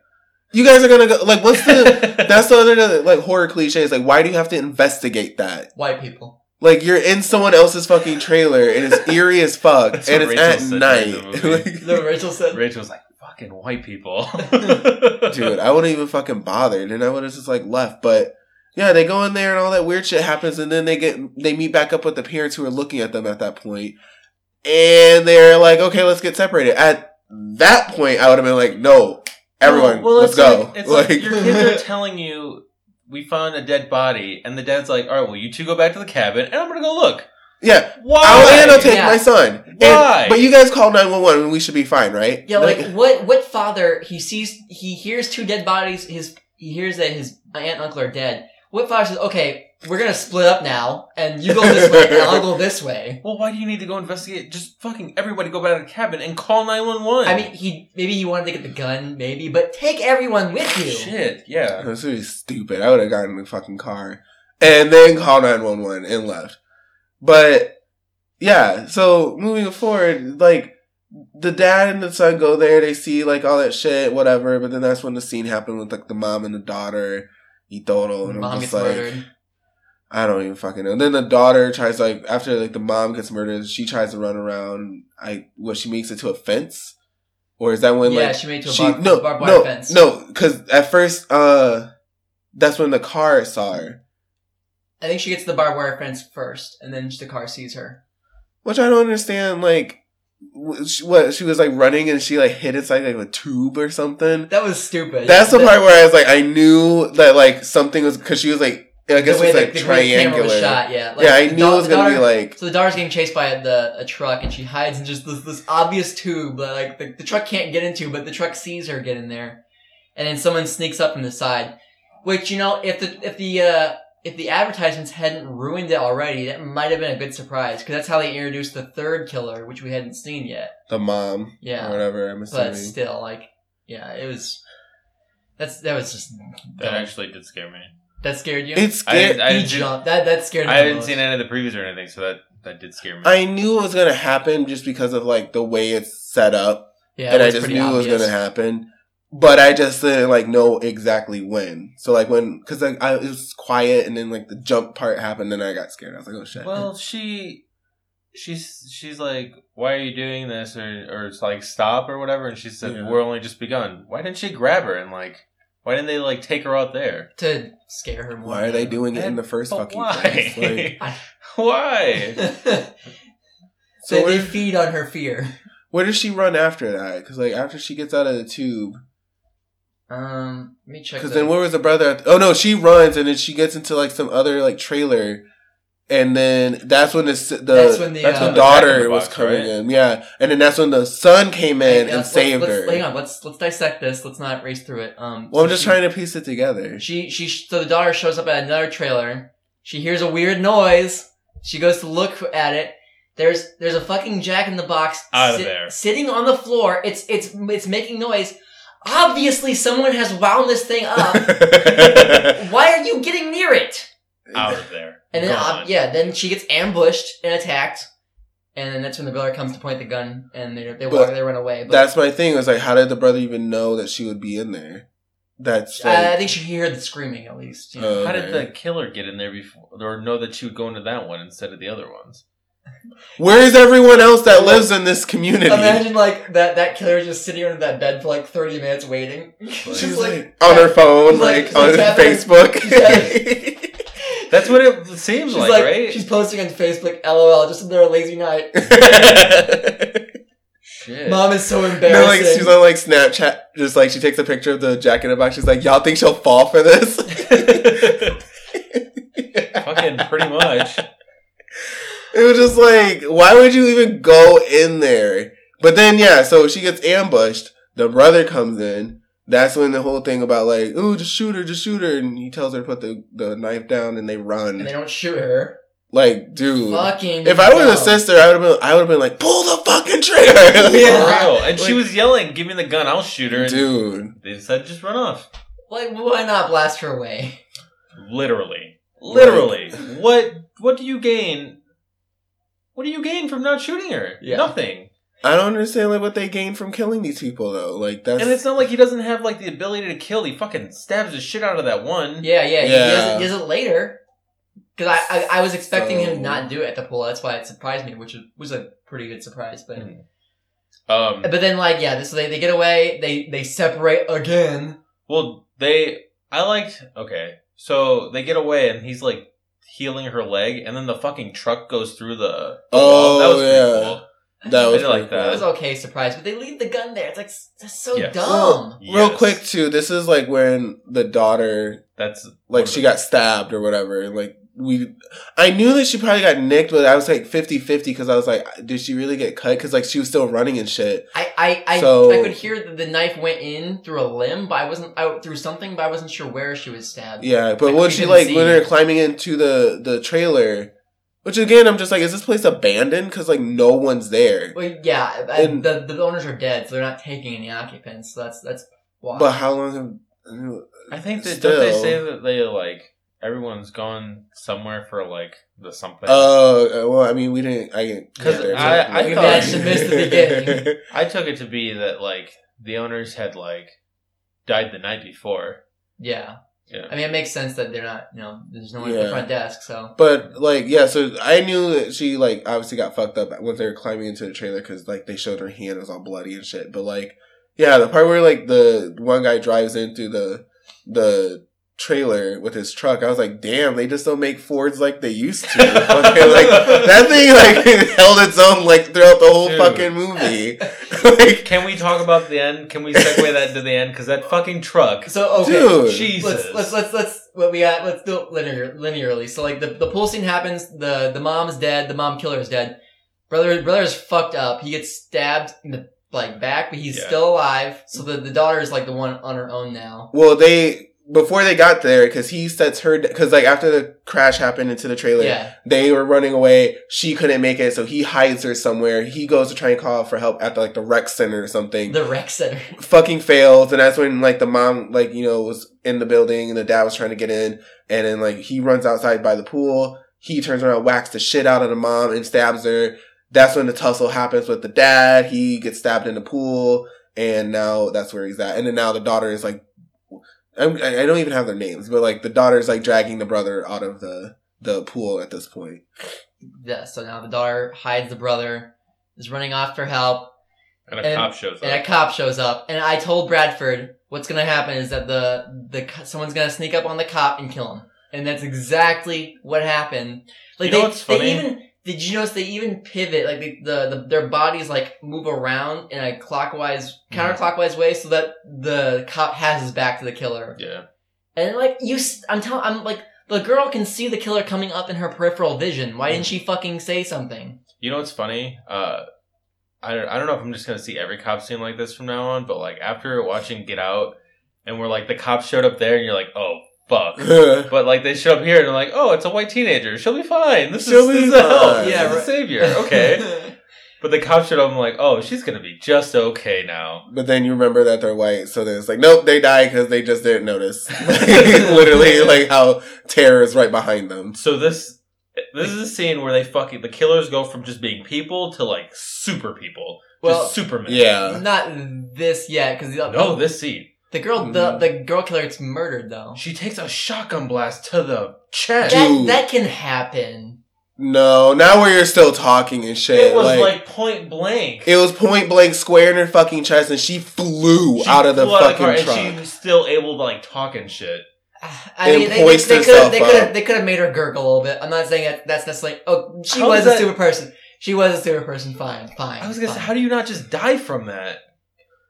Speaker 9: you guys are gonna go like what's the that's the other like horror cliche is like why do you have to investigate that
Speaker 7: White people.
Speaker 9: like you're in someone else's fucking trailer and it's eerie as fuck
Speaker 8: That's
Speaker 9: and
Speaker 8: what
Speaker 9: it's
Speaker 8: Rachel
Speaker 9: at
Speaker 8: said during
Speaker 9: night
Speaker 8: the movie.
Speaker 9: Like,
Speaker 7: No, Rachel said.
Speaker 8: Rachel was like, "Fucking white people."
Speaker 9: dude I wouldn't even fucking bothered and I would have just like left but. Yeah, they go in there and all that weird shit happens, and then they get they meet back up with the parents who are looking at them at that point, and they're like, okay, let's get separated. At that point, I would have been like, no, everyone,
Speaker 8: Well,
Speaker 9: let's
Speaker 8: it's
Speaker 9: go.
Speaker 8: Like, it's
Speaker 9: like,
Speaker 8: like, your kids are telling you we found a dead body, and the dad's like, "All right, well, you two go back to the cabin, and I'm gonna go look."
Speaker 9: yeah,
Speaker 8: Why?
Speaker 9: I'll annotate
Speaker 7: Yeah.
Speaker 9: my son. And-
Speaker 8: Why?
Speaker 9: but you guys call 911 and we should be fine, right?
Speaker 7: Yeah, like what? What father? He sees, he hears two dead bodies. His he hears that his aunt and uncle are dead. What father says, "Okay, we're gonna split up now, and you go this way, and I'll go this way."
Speaker 8: Well, why do you need to go investigate? Just fucking everybody go back to the cabin and call nine one one.
Speaker 7: I mean, he maybe he wanted to get the gun, maybe, but take everyone with you.
Speaker 8: shit. Yeah.
Speaker 9: That's really stupid. I would have gotten in the fucking car and then called 911 and left. But yeah, so moving forward, like the dad and the son go there, they see like all that shit, whatever, but then that's when the scene happened with like the mom and the daughter. Y todo, and I'm
Speaker 7: Mom
Speaker 9: just
Speaker 7: gets
Speaker 9: like,
Speaker 7: murdered.
Speaker 9: I don't even fucking know. then the daughter tries like after like the mom gets murdered, she tries to run around. I what she makes it to a fence, or is that when
Speaker 7: yeah,
Speaker 9: like
Speaker 7: she made it to a
Speaker 9: she
Speaker 7: bar,
Speaker 9: no
Speaker 7: barbed wire
Speaker 9: no
Speaker 7: fence.
Speaker 9: no because at first uh that's when the car saw her,
Speaker 7: I think she gets to the barbed wire fence first, and then the car sees her.
Speaker 9: which I don't understand. Like wh- she- what she was like running and she like hit inside like a tube or something.
Speaker 7: That was stupid.
Speaker 9: That's the part where I was like I knew that like something was because she was like I guess it was like
Speaker 7: camera
Speaker 9: triangular.
Speaker 7: was shot. Yeah, like,
Speaker 9: yeah, I
Speaker 7: the
Speaker 9: knew
Speaker 7: da-
Speaker 9: it was
Speaker 7: the
Speaker 9: gonna be
Speaker 7: daughter-
Speaker 9: like
Speaker 7: So the daughter's getting chased by the a truck, and she hides in just this this obvious tube that like the, the truck can't get into, but the truck sees her get in there, and then someone sneaks up from the side. Which you know, if the if the uh, if the advertisements hadn't ruined it already, that might have been a good surprise because that's how they introduced the third killer, which we hadn't seen yet.
Speaker 9: the mom. or
Speaker 7: Yeah,
Speaker 9: whatever. I'm assuming.
Speaker 7: but still, like, yeah, it was. That's that was just
Speaker 8: That actually did scare me.
Speaker 7: that scared you.
Speaker 9: it's
Speaker 8: I,
Speaker 9: scary.
Speaker 8: I,
Speaker 7: he
Speaker 8: didn't-
Speaker 7: jumped. That that scared. me
Speaker 8: I
Speaker 7: the
Speaker 8: hadn't
Speaker 7: most.
Speaker 8: seen any of the previews or anything, so that that did scare me.
Speaker 9: I knew it was gonna happen just because of like the way it's set up,
Speaker 7: Yeah,
Speaker 9: and I
Speaker 7: was
Speaker 9: just
Speaker 7: pretty
Speaker 9: knew it was
Speaker 7: obvious.
Speaker 9: gonna happen. But I just didn't like know exactly when. So like when, because like I, it was quiet, and then like the jump part happened, and I got scared. I was like, oh shit.
Speaker 8: Well, she, she's she's like, why are you doing this? Or or it's like stop or whatever. And she said,
Speaker 9: Yeah.
Speaker 8: we're only just begun. Why didn't she grab her and like? Why didn't they like take her out there?
Speaker 7: to scare her more.
Speaker 9: why are they doing it in the first
Speaker 8: But
Speaker 9: fucking
Speaker 8: why?
Speaker 9: place? Like,
Speaker 8: why?
Speaker 7: so
Speaker 9: so
Speaker 7: they
Speaker 9: where,
Speaker 7: feed on her fear.
Speaker 9: where does she run after that? Because like after she gets out of the tube,
Speaker 7: Um, let me check.
Speaker 9: Because
Speaker 7: Because
Speaker 9: then where was the brother? At oh no, she runs and then she gets into like some other like trailer, and then that's when the s- the that's
Speaker 7: That's
Speaker 9: when
Speaker 7: when
Speaker 9: the,
Speaker 7: the,
Speaker 8: uh, Jack in
Speaker 9: daughter
Speaker 8: the
Speaker 9: was
Speaker 8: Box,
Speaker 9: coming
Speaker 8: right?
Speaker 9: in, yeah, and then that's when the son came in and saved
Speaker 7: let's,
Speaker 9: her.
Speaker 7: Hang on, let's let's dissect this. Let's not race through it. Um,
Speaker 9: Well, I'm
Speaker 7: so
Speaker 9: just
Speaker 7: she-
Speaker 9: trying to piece it together.
Speaker 7: She she so the daughter shows up at another trailer. She hears a weird noise. She goes to look at it. There's there's a fucking Jack in the Box
Speaker 8: Out of there.
Speaker 7: sitting on the floor. It's it's it's making noise. Obviously, someone has wound this thing up. Why are you getting near it?
Speaker 8: out of there.
Speaker 7: And then
Speaker 8: Gone.
Speaker 7: ob- yeah, then she gets ambushed and attacked. And then that's when the brother comes to point the gun, and they they walk
Speaker 9: But
Speaker 7: they run away. But
Speaker 9: that's my thing. Was like, how did the brother even know that she would be in there? That's like,
Speaker 7: I, I think she heard the screaming at least. You know?
Speaker 8: How
Speaker 9: okay.
Speaker 8: did the killer get in there before, or know that she would go into that one instead of the other ones?
Speaker 9: Where is everyone else that lives in this community?
Speaker 7: Imagine like that that killer just sitting under that bed for like thirty minutes waiting.
Speaker 9: She's
Speaker 7: She's
Speaker 9: like on her phone,
Speaker 7: She's like-
Speaker 9: like,
Speaker 7: she's
Speaker 9: on
Speaker 7: like tapping-
Speaker 9: Facebook.
Speaker 8: That's what it seems
Speaker 7: She's
Speaker 8: like,
Speaker 7: like,
Speaker 8: right?
Speaker 7: she's posting on Facebook, LOL, just another lazy night.
Speaker 8: Shit.
Speaker 7: Mom is so
Speaker 9: No, like
Speaker 7: embarrassing.
Speaker 9: she's on like Snapchat, just like she takes a picture of the jacket in a box. She's like, "Y'all think she'll fall for this?" it
Speaker 8: Fucking pretty much.
Speaker 9: was just like, why would you even go in there? But then, yeah, so she gets ambushed. The brother comes in. That's when the whole thing about like, "Ooh, just shoot her, just shoot her," and he tells her to put the, the knife down, and they run.
Speaker 7: and they don't shoot her.
Speaker 9: like, dude,
Speaker 7: Fucking
Speaker 9: if I was a
Speaker 7: dumb.
Speaker 9: sister, I would have been, I would have been like, "Pull the fucking trigger!" Like,
Speaker 8: For
Speaker 7: Yeah.
Speaker 8: real. And she
Speaker 9: Like-
Speaker 8: was yelling, "Give me the gun! I'll shoot her!" And
Speaker 9: dude,
Speaker 8: They said, "Just run off."
Speaker 7: Like why not blast her away?
Speaker 8: Literally, literally. what? What do you gain? What do you gain from not shooting her?
Speaker 7: Yeah.
Speaker 8: Nothing.
Speaker 9: I don't understand like what they gain from killing these people though. Like that's
Speaker 8: And it's not like he doesn't have like the ability to kill. He fucking stabs the shit out of that one.
Speaker 7: Yeah, yeah. He
Speaker 9: Yeah.
Speaker 7: does it, does it later. Because I, I I was expecting him
Speaker 9: So-
Speaker 7: to not do it at the pool. That's why it surprised me, which was a pretty good surprise. But
Speaker 9: Mm.
Speaker 8: Um.
Speaker 7: but then like yeah, so they they get away. They they separate again.
Speaker 8: Well, they. I liked. Okay, so they get away, and he's like healing her leg, and then the fucking truck goes throrough the. the wall.
Speaker 9: Oh, yeah. That
Speaker 8: I
Speaker 9: was
Speaker 8: did like
Speaker 9: pretty
Speaker 8: that.
Speaker 7: That
Speaker 9: cool.
Speaker 7: was okay surprise, but they leave the gun there. It's like s- that's so
Speaker 8: Yes.
Speaker 7: dumb.
Speaker 9: Real
Speaker 8: Yes.
Speaker 9: quick too, this is like when the daughter
Speaker 8: That's
Speaker 9: like she got stabbed or whatever. and, Like we I knew that she probably got nicked, but I was like 50-50 because I was like, did she really get cut? Because like she was still running and shit.
Speaker 7: I I I,
Speaker 9: So-
Speaker 7: I could hear that the knife went in through a limb, but I wasn't out through something, but I wasn't sure where she was stabbed.
Speaker 9: Yeah, but
Speaker 7: Like,
Speaker 9: when
Speaker 7: we
Speaker 9: she
Speaker 7: didn't
Speaker 9: like
Speaker 7: see
Speaker 9: when
Speaker 7: it.
Speaker 9: they're climbing into the the trailer, which again I'm just like, is this place abandoned? Because like no one's there.
Speaker 7: Well, yeah, I-
Speaker 9: And-
Speaker 7: the the owners are dead, so they're not taking any occupants. So that's that's why.
Speaker 9: But how long have
Speaker 8: I think that
Speaker 9: Still.
Speaker 8: don't they say that they like everyone's gone somewhere for like the something.
Speaker 9: Oh uh, well, I mean, we didn't. I didn't.
Speaker 8: 'Cause
Speaker 9: get there.
Speaker 8: I- I
Speaker 7: We thought- managed to miss the beginning.
Speaker 8: I took it to be that like the owners had like died the night before.
Speaker 7: yeah,
Speaker 8: Yeah.
Speaker 7: I mean, it makes sense that they're not. You know, there's no one at
Speaker 9: Yeah.
Speaker 7: the front desk, so
Speaker 9: But like, yeah. So I knew that she like obviously got fucked up when they were climbing into the trailer because like they showed her hand was all bloody and shit. But like, yeah, the part where like the one guy drives in through the the trailer with his truck, I was like, damn, they just don't make Fords like they used to. Fucking, like that thing like held its own like throughout the whole
Speaker 8: Dude.
Speaker 9: fucking movie. like,
Speaker 8: Can we talk about the end? Can we segue that into the end? Because that fucking truck.
Speaker 7: so okay.
Speaker 9: dude,
Speaker 8: Jesus.
Speaker 7: Let's let's let's let's what we got. Let's do it linear linearly. So like the the pool scene happens. The the mom's dead. The mom killer is dead. Brother brother's fucked up. He gets stabbed in the like back, but he's
Speaker 8: Yeah.
Speaker 7: still alive. So the the daughter is like the one on her own now.
Speaker 9: Well, they before they got there because he sets her because like after the crash happened into the trailer,
Speaker 7: Yeah,
Speaker 9: they were running away. She couldn't make it, so he hides her somewhere. He goes to try and call for help at the, like the rec center or something.
Speaker 7: the rec center.
Speaker 9: Fucking fails, and that's when like the mom like you know was in the building and the dad was trying to get in, and then like he runs outside by the pool. He turns around, whacks the shit out of the mom and stabs her. That's when the tussle happens with the dad. He gets stabbed in the pool, and now that's where he's at. And then now the daughter is like, I'm, I I don't even have their names, but like the daughter is like dragging the brother out of the the pool at this point.
Speaker 7: Yeah, so now the daughter hides the brother, is running off for help,
Speaker 8: And a
Speaker 7: And-
Speaker 8: cop shows up.
Speaker 7: and a cop shows up. And I told Bradford, what's gonna happen is that the the co- someone's gonna sneak up on the cop and kill him. And that's exactly what happened. Like
Speaker 8: You know
Speaker 7: they,
Speaker 8: what's funny?
Speaker 7: they even did you notice they even pivot like the, the, the their bodies like move around in a clockwise
Speaker 8: Mm-hmm.
Speaker 7: counterclockwise way so that the cop has his back to the killer.
Speaker 8: yeah.
Speaker 7: And like you, s- I'm telling, I'm like the girl can see the killer coming up in her peripheral vision. Why
Speaker 8: Mm.
Speaker 7: didn't she fucking say something?
Speaker 8: You know what's funny? Uh, I don't, I don't know if I'm just gonna see every cop scene like this from now on, but like after watching Get Out, and we're like the cops showed up there, and you're like, oh fuck. But like they show up here and they're like, oh, it's a white teenager. She'll be fine. This
Speaker 9: She'll
Speaker 8: is,
Speaker 9: be
Speaker 8: this is a help.
Speaker 9: fine.
Speaker 8: Yeah,
Speaker 7: Yeah,
Speaker 8: this is a
Speaker 7: right.
Speaker 8: savior. Okay. but the cops showed up. I'm like, oh, she's gonna be just okay now.
Speaker 9: But then you remember that they're white, so then it's like, nope, they die because they just didn't notice. Like, Literally, like how terror is right behind them.
Speaker 8: So this this is a scene where they fucking the killers go from just being people to like super people.
Speaker 7: Well,
Speaker 8: just Superman.
Speaker 9: Yeah,
Speaker 7: Not this yet, because
Speaker 8: Uh. No, this scene.
Speaker 7: the girl,
Speaker 9: Mm-hmm.
Speaker 7: the the girl killer gets murdered though.
Speaker 8: She takes a shotgun blast to the chest.
Speaker 7: That
Speaker 9: Dude.
Speaker 7: that can happen.
Speaker 9: no, now where you're still talking and shit.
Speaker 8: It was
Speaker 9: like,
Speaker 8: like, point blank.
Speaker 9: it was point blank, square in her fucking chest, and she flew
Speaker 8: She
Speaker 9: out of the
Speaker 8: flew out
Speaker 9: fucking
Speaker 8: car and
Speaker 9: truck.
Speaker 8: she was still able to like talk and shit.
Speaker 7: I
Speaker 9: And
Speaker 7: mean, they, they,
Speaker 9: hoist
Speaker 7: they could
Speaker 9: herself
Speaker 7: have they could
Speaker 9: up.
Speaker 7: have they could have made her gurgle a little bit. I'm not saying that that's necessarily. Oh, she
Speaker 8: How
Speaker 7: was
Speaker 8: is
Speaker 7: a
Speaker 8: that-
Speaker 7: stupid person. She was a stupid person. Fine, fine.
Speaker 8: I was gonna say,
Speaker 7: fine.
Speaker 8: how do you not just die from that?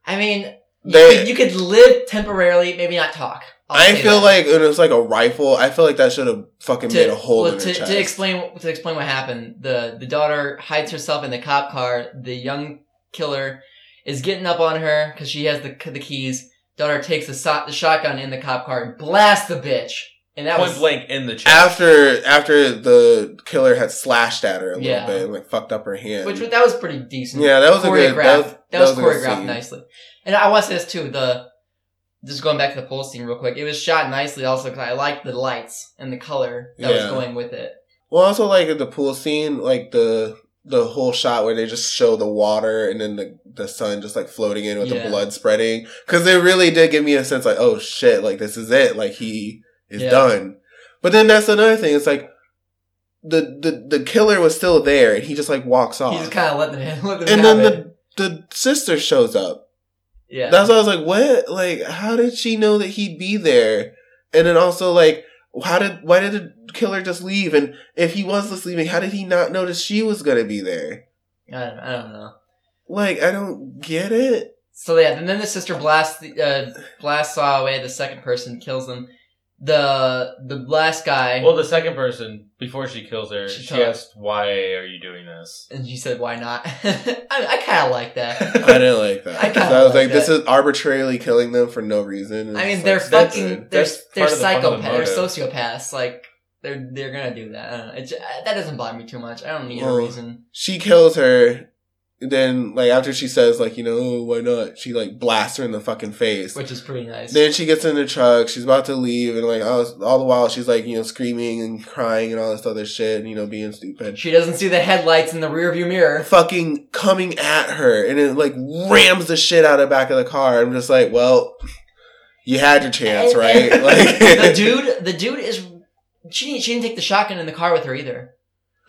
Speaker 7: I mean,
Speaker 9: They-
Speaker 7: you, could, you could live temporarily, maybe not talk. I'll
Speaker 9: I
Speaker 7: say
Speaker 9: feel
Speaker 7: that.
Speaker 9: like it was like a rifle. I feel like that should have fucking made a hole
Speaker 7: well,
Speaker 9: in her
Speaker 7: to,
Speaker 9: chest.
Speaker 7: to explain to explain what happened. The the daughter hides herself in the cop car. The young killer is getting up on her because she has the the keys. Daughter takes the, so- the shotgun in the cop car and blasts the bitch. And that
Speaker 8: point
Speaker 7: was
Speaker 8: blank in the chest.
Speaker 9: after after the killer had slashed at her a little
Speaker 7: Yeah.
Speaker 9: bit and like fucked up her hand.
Speaker 7: which was- that was pretty decent.
Speaker 9: yeah, that was a
Speaker 7: choreographed.
Speaker 9: good. That was,
Speaker 7: that was,
Speaker 9: a good
Speaker 7: choreographed
Speaker 9: scene.
Speaker 7: nicely. And I want to say this too. The just going back to the pole scene real quick. It was shot nicely also because I liked the lights and the color that
Speaker 9: Yeah.
Speaker 7: was going with it.
Speaker 9: Well, also like at the pool scene, like the the whole shot where they just show the water and then the the sun just like floating in with
Speaker 7: Yeah.
Speaker 9: the blood spreading because it really did give me a sense like oh shit like this is it like he is
Speaker 7: Yeah.
Speaker 9: done. But then that's another thing. It's like the the the killer was still there and he just like walks off.
Speaker 7: He just kind of let them let them
Speaker 9: Oh. and
Speaker 7: have
Speaker 9: then
Speaker 7: it.
Speaker 9: the the sister shows up
Speaker 7: yeah.
Speaker 9: That's why I was like, what? Like, how did she know that he'd be there? And then also, like, how did why did the killer just leave? And if he was just leaving, how did he not notice she was gonna be there?
Speaker 7: I don't, I don't know.
Speaker 9: Like, I don't get it.
Speaker 7: So yeah, and then the sister blasts the, uh, blasts saw away the second person, kills them. The the last guy,
Speaker 8: well, the second person before she kills her,
Speaker 7: She
Speaker 8: she,
Speaker 7: told-
Speaker 8: asked, "Why are you doing this?"
Speaker 7: and she said, "Why not?" I, I kind of like that.
Speaker 9: I didn't like that.
Speaker 7: I kinda
Speaker 9: 'Cause I was
Speaker 7: like
Speaker 9: like, this
Speaker 7: that.
Speaker 9: is arbitrarily killing them for no reason. And
Speaker 7: I mean,
Speaker 9: it's
Speaker 7: they're
Speaker 9: like,
Speaker 7: fucking they're
Speaker 8: that's
Speaker 7: they're
Speaker 8: part of the fun
Speaker 7: psychopaths,
Speaker 8: of the
Speaker 7: they're
Speaker 8: motive.
Speaker 7: sociopaths. Like they're they're gonna do that. I don't know. It, ju- uh, that doesn't bother me too much. I don't need
Speaker 9: Well,
Speaker 7: a reason.
Speaker 9: she kills her. Then, like, after she says, like, you know, oh, why not? She like blasts her in the fucking face.
Speaker 7: Which is pretty nice.
Speaker 9: Then she gets in the truck. She's about to leave, and like all, all the while, she's like you know screaming and crying and all this other shit, and you know being stupid.
Speaker 7: She doesn't see the headlights in the rearview mirror.
Speaker 9: Fucking coming at her, and it like rams the shit out of the back of the car. I'm just like, well, you had your chance,
Speaker 7: And-
Speaker 9: right?
Speaker 7: and
Speaker 9: Like
Speaker 7: the dude, the dude is. She didn't- she didn't take the shotgun in the car with her either.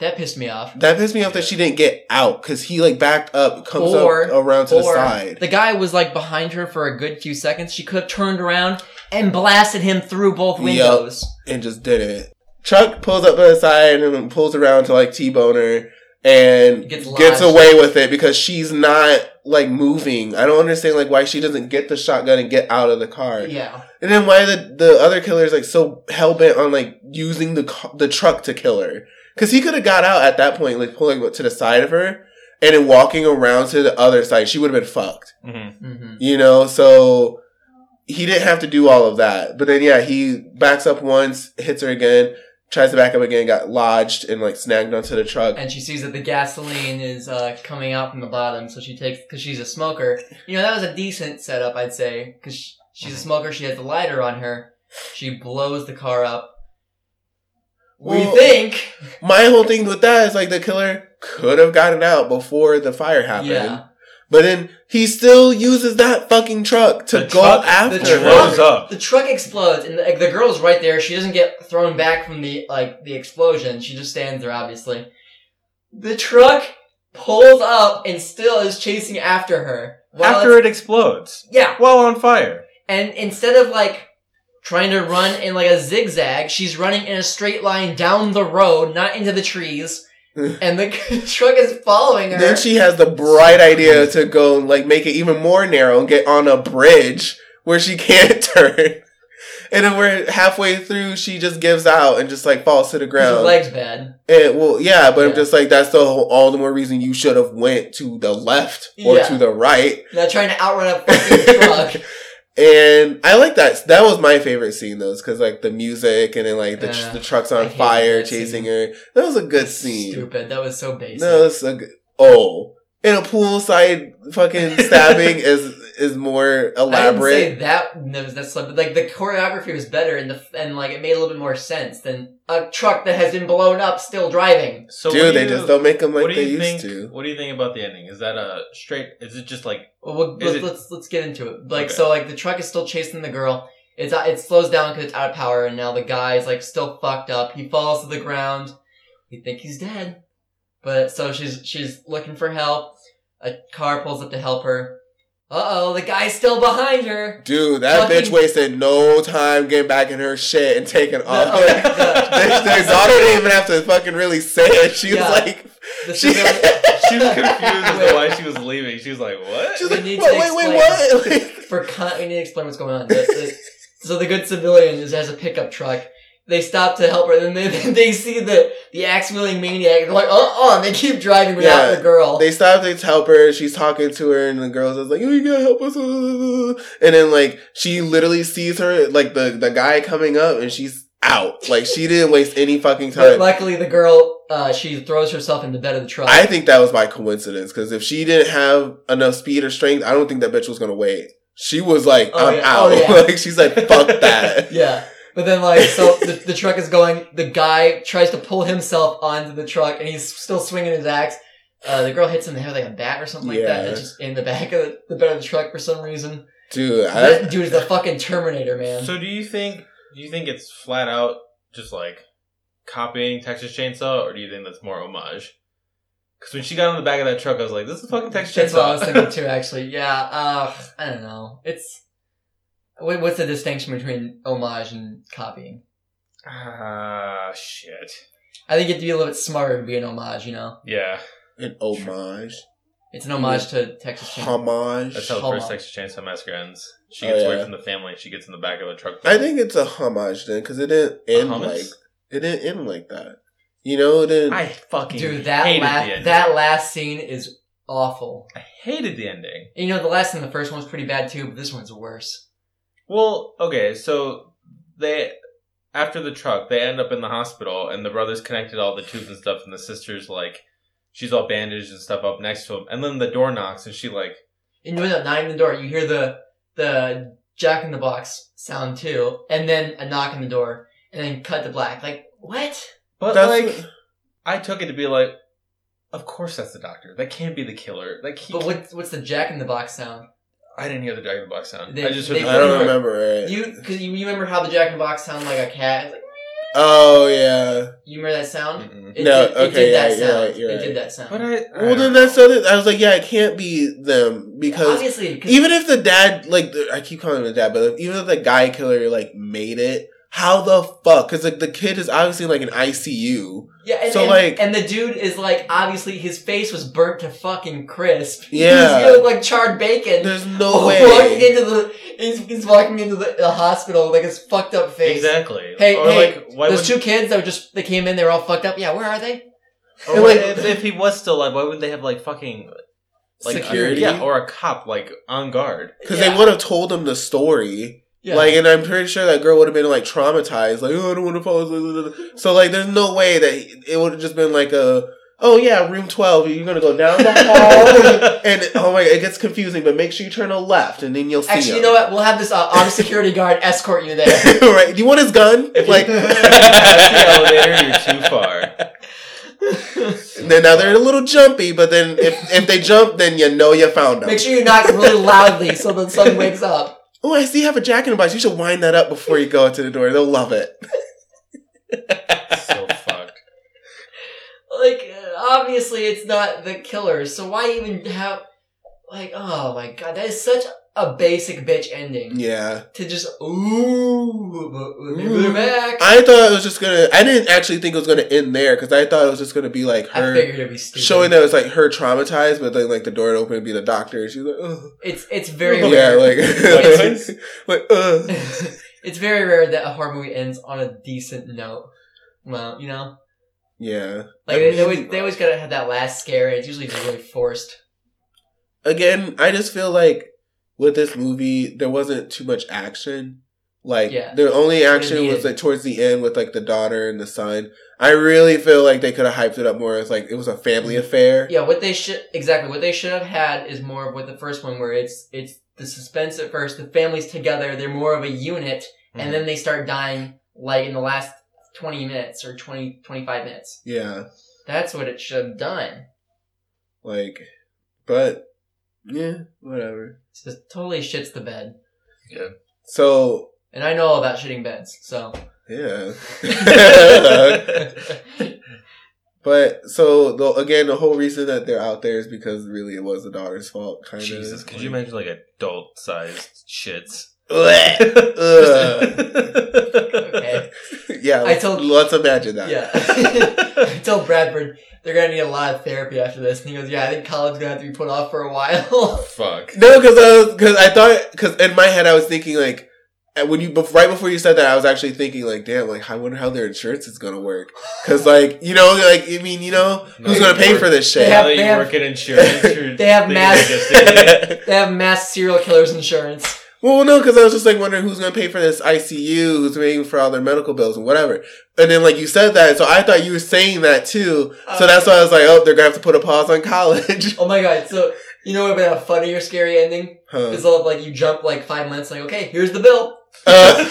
Speaker 7: That pissed me off.
Speaker 9: That pissed me off that she didn't get out because he like backed up, comes
Speaker 7: Or-
Speaker 9: up around to the
Speaker 7: Or
Speaker 9: side.
Speaker 7: The guy was like behind her for a good few seconds. She could have turned around and blasted him through both
Speaker 9: Yup.
Speaker 7: windows.
Speaker 9: and just did it. Chuck pulls up by the side and then pulls around to like T Boner and
Speaker 7: Gets
Speaker 9: gets,
Speaker 7: lodged.
Speaker 9: away with it because she's not like moving. I don't understand like why she doesn't get the shotgun and get out of the car.
Speaker 7: Yeah.
Speaker 9: And then why the the other killer is like so hell bent on like using the ca- the truck to kill her because he could have got out at that point like pulling to the side of her and then walking around to the other side she would have been fucked
Speaker 8: Mm-hmm.
Speaker 7: hmm
Speaker 9: you know so he didn't have to do all of that but then yeah he backs up once hits her again tries to back up again got lodged and like snagged onto the truck
Speaker 7: And she sees that the gasoline is uh, coming out from the bottom, so she takes because she's a smoker. You know that was a decent setup, I'd say, because
Speaker 9: Mm-hmm.
Speaker 7: she's a smoker. She has the lighter on her. She blows the car up. we
Speaker 9: Well-
Speaker 7: think.
Speaker 9: My whole thing with that is like the killer could have gotten out before the fire happened.
Speaker 7: Yeah.
Speaker 9: But then he still uses that fucking truck to
Speaker 8: The
Speaker 9: go
Speaker 8: truck- the
Speaker 9: after
Speaker 7: truck-
Speaker 8: blows
Speaker 9: her.
Speaker 8: up.
Speaker 7: The truck explodes, and the, the girl's right there. She doesn't get thrown back from the like the explosion. She just stands there, obviously. The truck pulls up and still is chasing after her. While
Speaker 8: After
Speaker 7: it's-
Speaker 8: it explodes.
Speaker 7: yeah,
Speaker 8: While on fire.
Speaker 7: and instead of like trying to run in like a zigzag, she's running in a straight line down the road, not into the trees. and the truck is following her.
Speaker 9: Then she has the bright idea to go like make it even more narrow and get on a bridge where she can't turn. And then we're halfway through, she just gives out and just like falls to the
Speaker 7: 'Cause her
Speaker 9: ground.
Speaker 7: legs bad.
Speaker 9: And well, yeah, but I'm
Speaker 7: Yeah.
Speaker 9: just like that's the whole, all the more reason you should have went to the left or
Speaker 7: Yeah.
Speaker 9: to the right.
Speaker 7: Now trying to outrun a fucking truck.
Speaker 9: And I like that. That was my favorite scene, though, because like the music and then like the,
Speaker 7: Yeah.
Speaker 9: the trucks
Speaker 7: I
Speaker 9: on
Speaker 7: hated
Speaker 9: fire
Speaker 7: that
Speaker 9: chasing
Speaker 7: scene.
Speaker 9: her. That was a good scene.
Speaker 7: Stupid. That was so basic.
Speaker 9: No, it's a good. Oh, and a poolside fucking stabbing is is more
Speaker 7: I didn't
Speaker 9: elaborate.
Speaker 7: say that no, that's but like the choreography was better and the and like it made a little bit more sense than a truck that has been blown up still driving.
Speaker 8: So what do
Speaker 9: Dude, they
Speaker 8: you-
Speaker 9: just don't make them
Speaker 8: what
Speaker 9: like
Speaker 8: do
Speaker 9: they
Speaker 8: you
Speaker 9: used
Speaker 8: think?
Speaker 9: to.
Speaker 8: What do you think about the ending? Is that a straight? Is it just like
Speaker 7: Well, we'll
Speaker 8: Is
Speaker 7: let's,
Speaker 8: it-
Speaker 7: let's let's get into it. Like
Speaker 8: Okay.
Speaker 7: so, like the truck is still chasing the girl. It's out- it slows down because it's out of power, and now the guy is like still fucked up. He falls to the ground. We think he's dead, but so she's she's looking for help. A car pulls up to help her. Uh oh, the guy's still behind her.
Speaker 9: Dude, that
Speaker 7: Fucking-
Speaker 9: bitch wasted no time getting back in her shit and taking off.
Speaker 7: okay, the-
Speaker 9: the, the exotic didn't even have to fucking really say it. She was
Speaker 7: Yeah.
Speaker 9: like,
Speaker 7: The
Speaker 9: she,
Speaker 7: civilian-
Speaker 8: she was confused as to why she was leaving? She was like, "What?"
Speaker 9: she's
Speaker 7: We
Speaker 9: like,
Speaker 7: need
Speaker 9: wait, wait,
Speaker 7: to explain.
Speaker 9: wait, what? Like,
Speaker 7: for con- we need to explain what's going on. The- the- so the good civilian is has a pickup truck. They stop to help her, and then they, they see the the axe wielding maniac. And they're like, oh, oh, and they keep driving without
Speaker 9: Yeah,
Speaker 7: the girl.
Speaker 9: They stop to help her. She's talking to her, and the girl's just like, "You gotta help us!" And then like she literally sees her like the the guy coming up, and she's out. Like she didn't waste any fucking
Speaker 7: but
Speaker 9: time.
Speaker 7: luckily, the girl uh, she throws herself in the bed of the truck.
Speaker 9: I think that was by coincidence because if she didn't have enough speed or strength, I don't think that bitch was gonna wait. She was like,
Speaker 7: Oh,
Speaker 9: "I'm
Speaker 7: yeah.
Speaker 9: out!"
Speaker 7: Oh, yeah.
Speaker 9: like she's like, "Fuck that!"
Speaker 7: yeah. But then, like, so the, the truck is going. The guy tries to pull himself onto the truck, and he's still swinging his axe. Uh, the girl hits him in the head with like a bat or something like that.
Speaker 9: Yeah.
Speaker 7: It's just in the back of the, the bed of the truck for some reason.
Speaker 9: Dude, I,
Speaker 7: That dude is the fucking Terminator, man.
Speaker 8: So do you think do you think it's flat out just like copying Texas Chainsaw, or do you think that's more homage? Because when she got on the back of that truck, I was like, "This is fucking Texas
Speaker 7: That's what I
Speaker 8: Chainsaw."
Speaker 7: was thinking too, actually. Yeah, uh, I don't know. It's. wha- What's the distinction between homage and copying?
Speaker 8: Ah, shit.
Speaker 7: I think you have to be a little bit smarter to be an homage, you know?
Speaker 8: Yeah,
Speaker 9: an homage,
Speaker 7: It's an homage to Texas Chainsaw.
Speaker 8: that's
Speaker 9: homage.
Speaker 8: how the
Speaker 7: Hold
Speaker 8: first
Speaker 7: on.
Speaker 8: Texas Chainsaw Massacre ends. She
Speaker 9: Oh,
Speaker 8: gets away
Speaker 9: yeah.
Speaker 8: from the family. and She gets in the back of a truck.
Speaker 9: I think it's a homage then because it didn't end
Speaker 8: hummus?
Speaker 9: like it didn't end like that. You know, it didn't.
Speaker 8: I fucking
Speaker 7: Dude, that
Speaker 8: hated
Speaker 7: last,
Speaker 8: the ending.
Speaker 7: that last scene is awful.
Speaker 8: I hated the ending.
Speaker 7: You know, the last scene, in the first one's pretty bad too, but this one's worse.
Speaker 8: Well, okay, so they after the truck, they end up in the hospital, and the brothers connected all the tubes and stuff, and the sisters like she's all bandaged and stuff up next to him, and then the door knocks, and she like
Speaker 7: And you know, not even the door, you hear the, the jack in the box sound too, and then a knock on the door, and then cut to black. Like, what?
Speaker 8: but
Speaker 9: That's
Speaker 8: like
Speaker 9: what-
Speaker 8: I took it to be like, of course that's the doctor. That can't be the killer. Like he,
Speaker 7: But what, what's the jack in the box sound?
Speaker 8: I didn't hear the dragon box sound.
Speaker 7: They-
Speaker 8: I just heard.
Speaker 7: they-
Speaker 8: the
Speaker 9: I don't remember it.
Speaker 7: You because you, you remember how the Jack in the Box sounded like a cat? It's like,
Speaker 9: Oh yeah.
Speaker 7: you remember that sound?
Speaker 8: Mm-mm.
Speaker 7: It
Speaker 9: Mm-hmm. No,
Speaker 7: did, it
Speaker 9: okay,
Speaker 7: did that
Speaker 9: yeah, you're
Speaker 7: sound.
Speaker 9: right, you're
Speaker 7: it
Speaker 9: right.
Speaker 7: did that sound.
Speaker 8: But I, I
Speaker 9: Well,
Speaker 8: don't
Speaker 9: then
Speaker 8: know.
Speaker 9: that's other. I was like, yeah, it can't be them because
Speaker 7: obviously, 'cause-
Speaker 9: even if the dad, like, the- I keep calling him the dad, but even if the guy killer like made it, how the fuck? Because like the kid is obviously like an ICU.
Speaker 7: yeah, and,
Speaker 9: so,
Speaker 7: and-
Speaker 9: like-
Speaker 7: and the dude is like, obviously, his face was burnt to fucking crisp.
Speaker 9: Yeah.
Speaker 7: he looked like charred bacon.
Speaker 9: There's no
Speaker 7: Oh, Walking
Speaker 9: way.
Speaker 7: into the, he's, he's walking into the, the hospital with like his fucked up face.
Speaker 8: exactly.
Speaker 7: Hey,
Speaker 8: or
Speaker 7: hey,
Speaker 8: like why would
Speaker 7: Those two kids that were just they came in, they were all fucked up. Yeah, where are they?
Speaker 8: or
Speaker 9: And,
Speaker 8: like,
Speaker 9: like-
Speaker 8: if, if he was still alive, why wouldn't they have like fucking like
Speaker 9: Security?
Speaker 8: yeah, or a cop like on guard.
Speaker 9: Because
Speaker 7: Yeah.
Speaker 9: they would have told him the story.
Speaker 7: Yeah.
Speaker 9: Like, and I'm pretty sure that girl would have been like traumatized. Like, oh, I don't want to fall. asleep." So like, there's no way that it would have just been like a. oh yeah, room twelve. You're gonna go down the hall, and oh my, it gets confusing. But make sure you turn a left, and then you'll see.
Speaker 7: Actually, you
Speaker 9: him.
Speaker 7: know what? We'll have this uh, armed security guard escort you there.
Speaker 9: right? Do you want his gun?
Speaker 8: If
Speaker 9: like,
Speaker 8: like you the elevator, you're too far.
Speaker 9: then now they're a little jumpy, but then if if they jump, then you know you found them.
Speaker 7: Make sure you knock really loudly so the son wakes up.
Speaker 9: Oh, I see you have a jack in the box. You should wind that up before you go out to the door. They'll love it.
Speaker 8: So fucked.
Speaker 7: Like, uh, obviously, it's not the killer, so why even have. Like, oh my god, that is such a basic bitch ending.
Speaker 9: Yeah, Mm.
Speaker 7: To just, ooh, but we're back.
Speaker 9: I thought it was just gonna. I didn't actually think it was gonna end there because I thought it was just gonna be like
Speaker 7: I
Speaker 9: her
Speaker 7: figured it'd be stupid.
Speaker 9: showing that it was like her traumatized, but then like the door opened to be the doctor, and she's like, Ugh.
Speaker 7: It's, it's very
Speaker 9: yeah,
Speaker 7: rare.
Speaker 9: like
Speaker 8: It's-
Speaker 9: like Ugh.
Speaker 7: it's very rare that a horror movie ends on a decent note. Well, you know?
Speaker 9: yeah.
Speaker 7: Like, they, they always, they always gotta have that last scare, and it's usually just really forced.
Speaker 9: again, I just feel like with this movie, there wasn't too much action. Like
Speaker 7: Yeah.
Speaker 9: the only
Speaker 7: didn't
Speaker 9: action
Speaker 7: need
Speaker 9: was
Speaker 7: it.
Speaker 9: like towards the end with like the daughter and the son. I really feel like they could have hyped it up more. It's like it was a family affair.
Speaker 7: Yeah, what they should exactly what they should have had is more of what the first one, where it's it's the suspense at first, the family's together, they're more of a unit,
Speaker 8: Mhm.
Speaker 7: and then they start dying like in the last twenty minutes or 20, 25 minutes.
Speaker 9: Yeah,
Speaker 7: That's what it should have done.
Speaker 9: like, but yeah, whatever.
Speaker 7: It's just totally shits the bed,
Speaker 9: So
Speaker 7: and I know all about shitting beds, so.
Speaker 9: yeah,
Speaker 7: yeah,
Speaker 9: but so the, again, the whole reason that they're out there is because really it was the daughter's fault. Kind of.
Speaker 8: Jesus, could you imagine like adult sized shits?
Speaker 7: Okay.
Speaker 9: Yeah,
Speaker 7: I
Speaker 9: let's,
Speaker 7: told-
Speaker 9: let's imagine that.
Speaker 7: I tell Bradford they're gonna need a lot of therapy after this, and he goes, "Yeah, I think college's gonna have to be put off for a while."
Speaker 8: Fuck.
Speaker 9: No, because I because I thought because in my head I was thinking like and when you bef- right before you said that I was actually thinking like damn like I wonder how their insurance is gonna work because like you know like I mean you know who's gonna pay for this shit
Speaker 7: They have-
Speaker 8: Now that
Speaker 7: they
Speaker 8: you
Speaker 7: have-
Speaker 8: work at insurance. you're
Speaker 7: They have
Speaker 8: thinking
Speaker 7: mass-
Speaker 8: logistics.
Speaker 7: they have mass serial killers insurance.
Speaker 9: well no because I was just like wondering who's gonna pay for this ICU who's paying for all their medical bills and whatever and then like you said that so I thought you were saying that too so
Speaker 7: Uh,
Speaker 9: that's why I was like oh they're gonna have to put a pause on college
Speaker 7: Oh my god! So you know what would have a funny or scary ending?
Speaker 9: Huh.
Speaker 8: Uh,
Speaker 7: It's all like you jump like five months, like okay, here's the bill.
Speaker 9: Uh,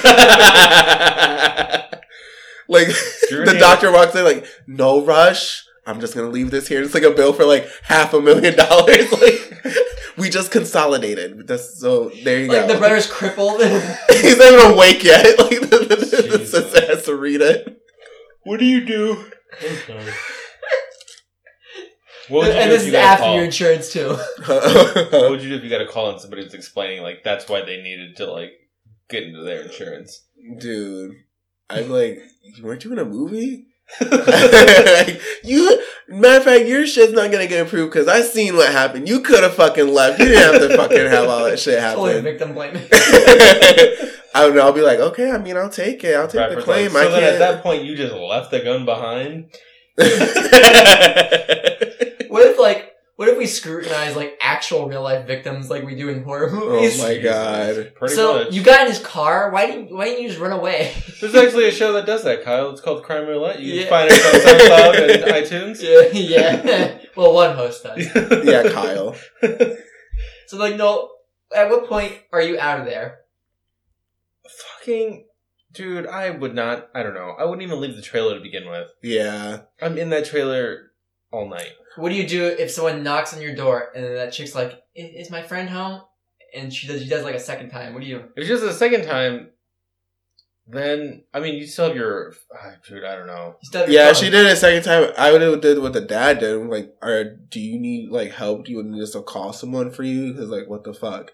Speaker 9: like
Speaker 8: Drew
Speaker 9: the
Speaker 8: Hill.
Speaker 9: doctor walks in like no rush i'm just gonna leave this here it's like a bill for like half a million dollars like we just consolidated that's so there you
Speaker 7: Like
Speaker 9: go
Speaker 7: the brother's crippled.
Speaker 9: he's not even awake yet like the, the, the,
Speaker 8: Jesus.
Speaker 9: sister has to read it
Speaker 8: What do you do? what would you
Speaker 7: and
Speaker 8: do
Speaker 7: this
Speaker 8: if you
Speaker 7: is
Speaker 8: got a
Speaker 7: after
Speaker 8: call?
Speaker 7: your insurance too.
Speaker 9: Uh,
Speaker 8: What would you do if you got a call and somebody was explaining like that's why they needed to like get into their insurance?
Speaker 9: dude i'm like weren't you in a movie like, you matter of fact your shit's not gonna get approved because i seen what happened you could have fucking left you didn't have to fucking have all that shit happen
Speaker 7: Totally victim blaming.
Speaker 9: I don't know. I'll be like, okay. I mean, I'll take it. I'll take the claim.
Speaker 8: Bradford's like, so
Speaker 9: I
Speaker 8: then at that
Speaker 9: can't. Oh
Speaker 8: point you just left the gun behind.
Speaker 7: What if like what if we scrutinize like actual real life victims like we do in horror
Speaker 9: oh
Speaker 7: movies?
Speaker 9: my
Speaker 8: Jesus.
Speaker 9: god.
Speaker 8: Pretty
Speaker 7: so
Speaker 8: much.
Speaker 7: you got in his car. Why didn't why didn't you just run away?
Speaker 8: There's actually a show that does that, Kyle. It's called Crime Roulette. You
Speaker 7: Yeah.
Speaker 8: can find it on SoundCloud and iTunes.
Speaker 7: yeah, yeah. well, one host does.
Speaker 9: Yeah, Kyle.
Speaker 7: So like, no. At what point are you out of there?
Speaker 8: Fucking dude, I would not. I don't know. I wouldn't even leave the trailer to begin with.
Speaker 9: Yeah.
Speaker 8: I'm in that trailer all night.
Speaker 7: What do you do if someone knocks on your door and then that chick's like, "I- "Is my friend home?" And she does. She does like a second time. What do you?
Speaker 8: If it's just the second time, then I mean, you still have your ah, dude. I don't know.
Speaker 7: You still have your
Speaker 9: Yeah.
Speaker 7: phone.
Speaker 9: She did it a second time. I would have did what the dad did. I'm like, or do you need like help? Do you need us to call someone for you? Because like, what the fuck?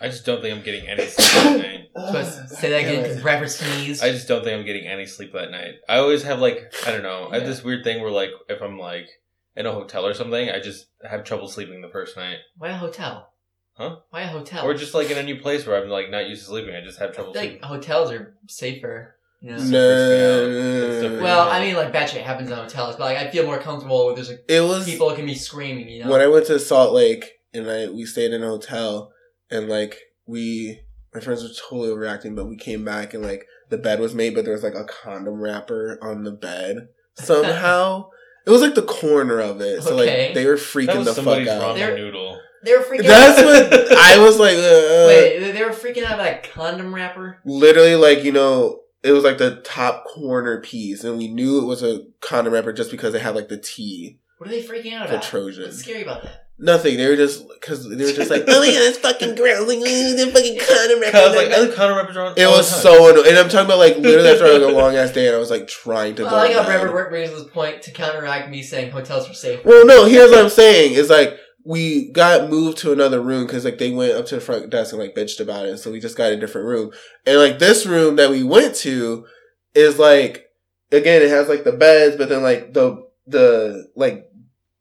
Speaker 8: I just don't think I'm getting any sleep that night.
Speaker 7: So
Speaker 9: Oh,
Speaker 7: I say that again because Bradford sneezed.
Speaker 8: I just don't think I'm getting any sleep that night. I always have like I don't know. I have this weird thing where like if I'm like in a hotel or something, I just have trouble sleeping the first night,
Speaker 7: Why a hotel?
Speaker 8: Huh?
Speaker 7: Why a hotel?
Speaker 8: or just like in a new place where I'm like not used to sleeping. I just have trouble
Speaker 7: like
Speaker 8: sleeping.
Speaker 7: hotels are safer. You know?
Speaker 8: No. It's
Speaker 9: No.
Speaker 8: different.
Speaker 7: Well, I mean, like bad shit happens in hotels, but like I feel more comfortable where there's like
Speaker 9: it was
Speaker 7: people can be screaming. You know.
Speaker 9: when I went to Salt Lake and I we stayed in a hotel and like we my friends were totally overreacting, but we came back and like the bed was made, but there was like a condom wrapper on the bed somehow. It was like the corner of it, so
Speaker 7: Okay.
Speaker 9: like they were freaking the fuck
Speaker 8: somebody's
Speaker 9: out.
Speaker 8: ramen
Speaker 7: There-
Speaker 8: noodle.
Speaker 7: They were freaking
Speaker 9: That's
Speaker 7: out.
Speaker 9: what I was like. Uh,
Speaker 7: Wait, they- they were freaking out about a condom wrapper?
Speaker 9: literally like you know it was like the top corner piece and we knew it was a condom wrapper just because it had like the t
Speaker 7: What are they freaking out
Speaker 9: the
Speaker 7: about?
Speaker 9: trojan
Speaker 7: What's scary about that?
Speaker 9: nothing they were just because they were just like oh yeah that's fucking gross like "Ooh, the fucking condom
Speaker 8: Cause I was
Speaker 9: wrapper
Speaker 8: like, other Conor Rapper
Speaker 9: it was so annoying and i'm talking about like literally after like a long ass day and i was like trying to
Speaker 7: Well,
Speaker 9: go
Speaker 7: I like how
Speaker 9: mad.
Speaker 7: Brad Work brings this point to counteract me saying hotels are safe.
Speaker 9: well no here's what i'm saying is like we got moved to another room because like they went up to the front desk and like bitched about it so we just got a different room and like this room that we went to is like again it has like the beds but then like the the like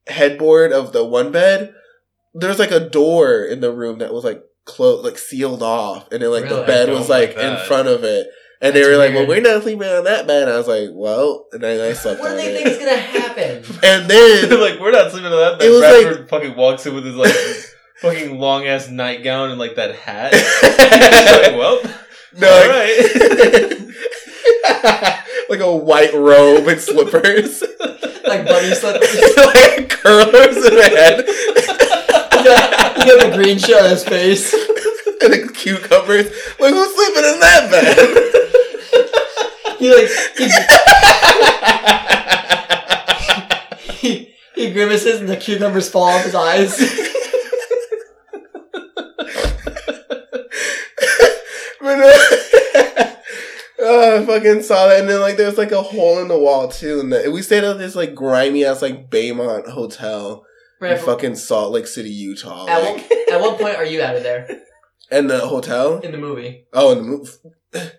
Speaker 9: headboard of the one bed there's like a door in the room that was like closed like sealed off and then like
Speaker 7: Really? Oh
Speaker 9: the bed
Speaker 8: I
Speaker 9: was
Speaker 8: don't like
Speaker 9: like in
Speaker 8: that.
Speaker 9: front of it and
Speaker 7: That's
Speaker 9: they were like well
Speaker 7: weird.
Speaker 9: we're not sleeping on that bed and i was like well and then i slept
Speaker 7: What do
Speaker 9: on
Speaker 7: they think is
Speaker 9: it
Speaker 7: gonna happen?
Speaker 9: and then
Speaker 8: They're like, we're not sleeping on that.
Speaker 9: It was
Speaker 8: Brad Bird fucking walks in with his like fucking long ass nightgown and like that hat. He's like, well,
Speaker 9: No.
Speaker 8: all
Speaker 9: like-
Speaker 8: right.
Speaker 9: like a white robe and slippers.
Speaker 7: like bunny slippers.
Speaker 9: like curlers in the head.
Speaker 7: you have a green shit on his face.
Speaker 9: and the cucumbers. Like who's sleeping in that bed?
Speaker 7: He like he, he grimaces and the cucumbers fall off his eyes.
Speaker 9: but, uh, oh, I fucking saw that. And then like there was like a hole in the wall too. And the, we stayed at this like grimy ass like Baymont hotel in
Speaker 7: Brad,
Speaker 9: fucking Salt Lake City, Utah.
Speaker 7: at,
Speaker 9: Like,
Speaker 7: one, at what point are you out of there
Speaker 9: and the hotel.
Speaker 7: in the movie?
Speaker 9: Oh, in the move.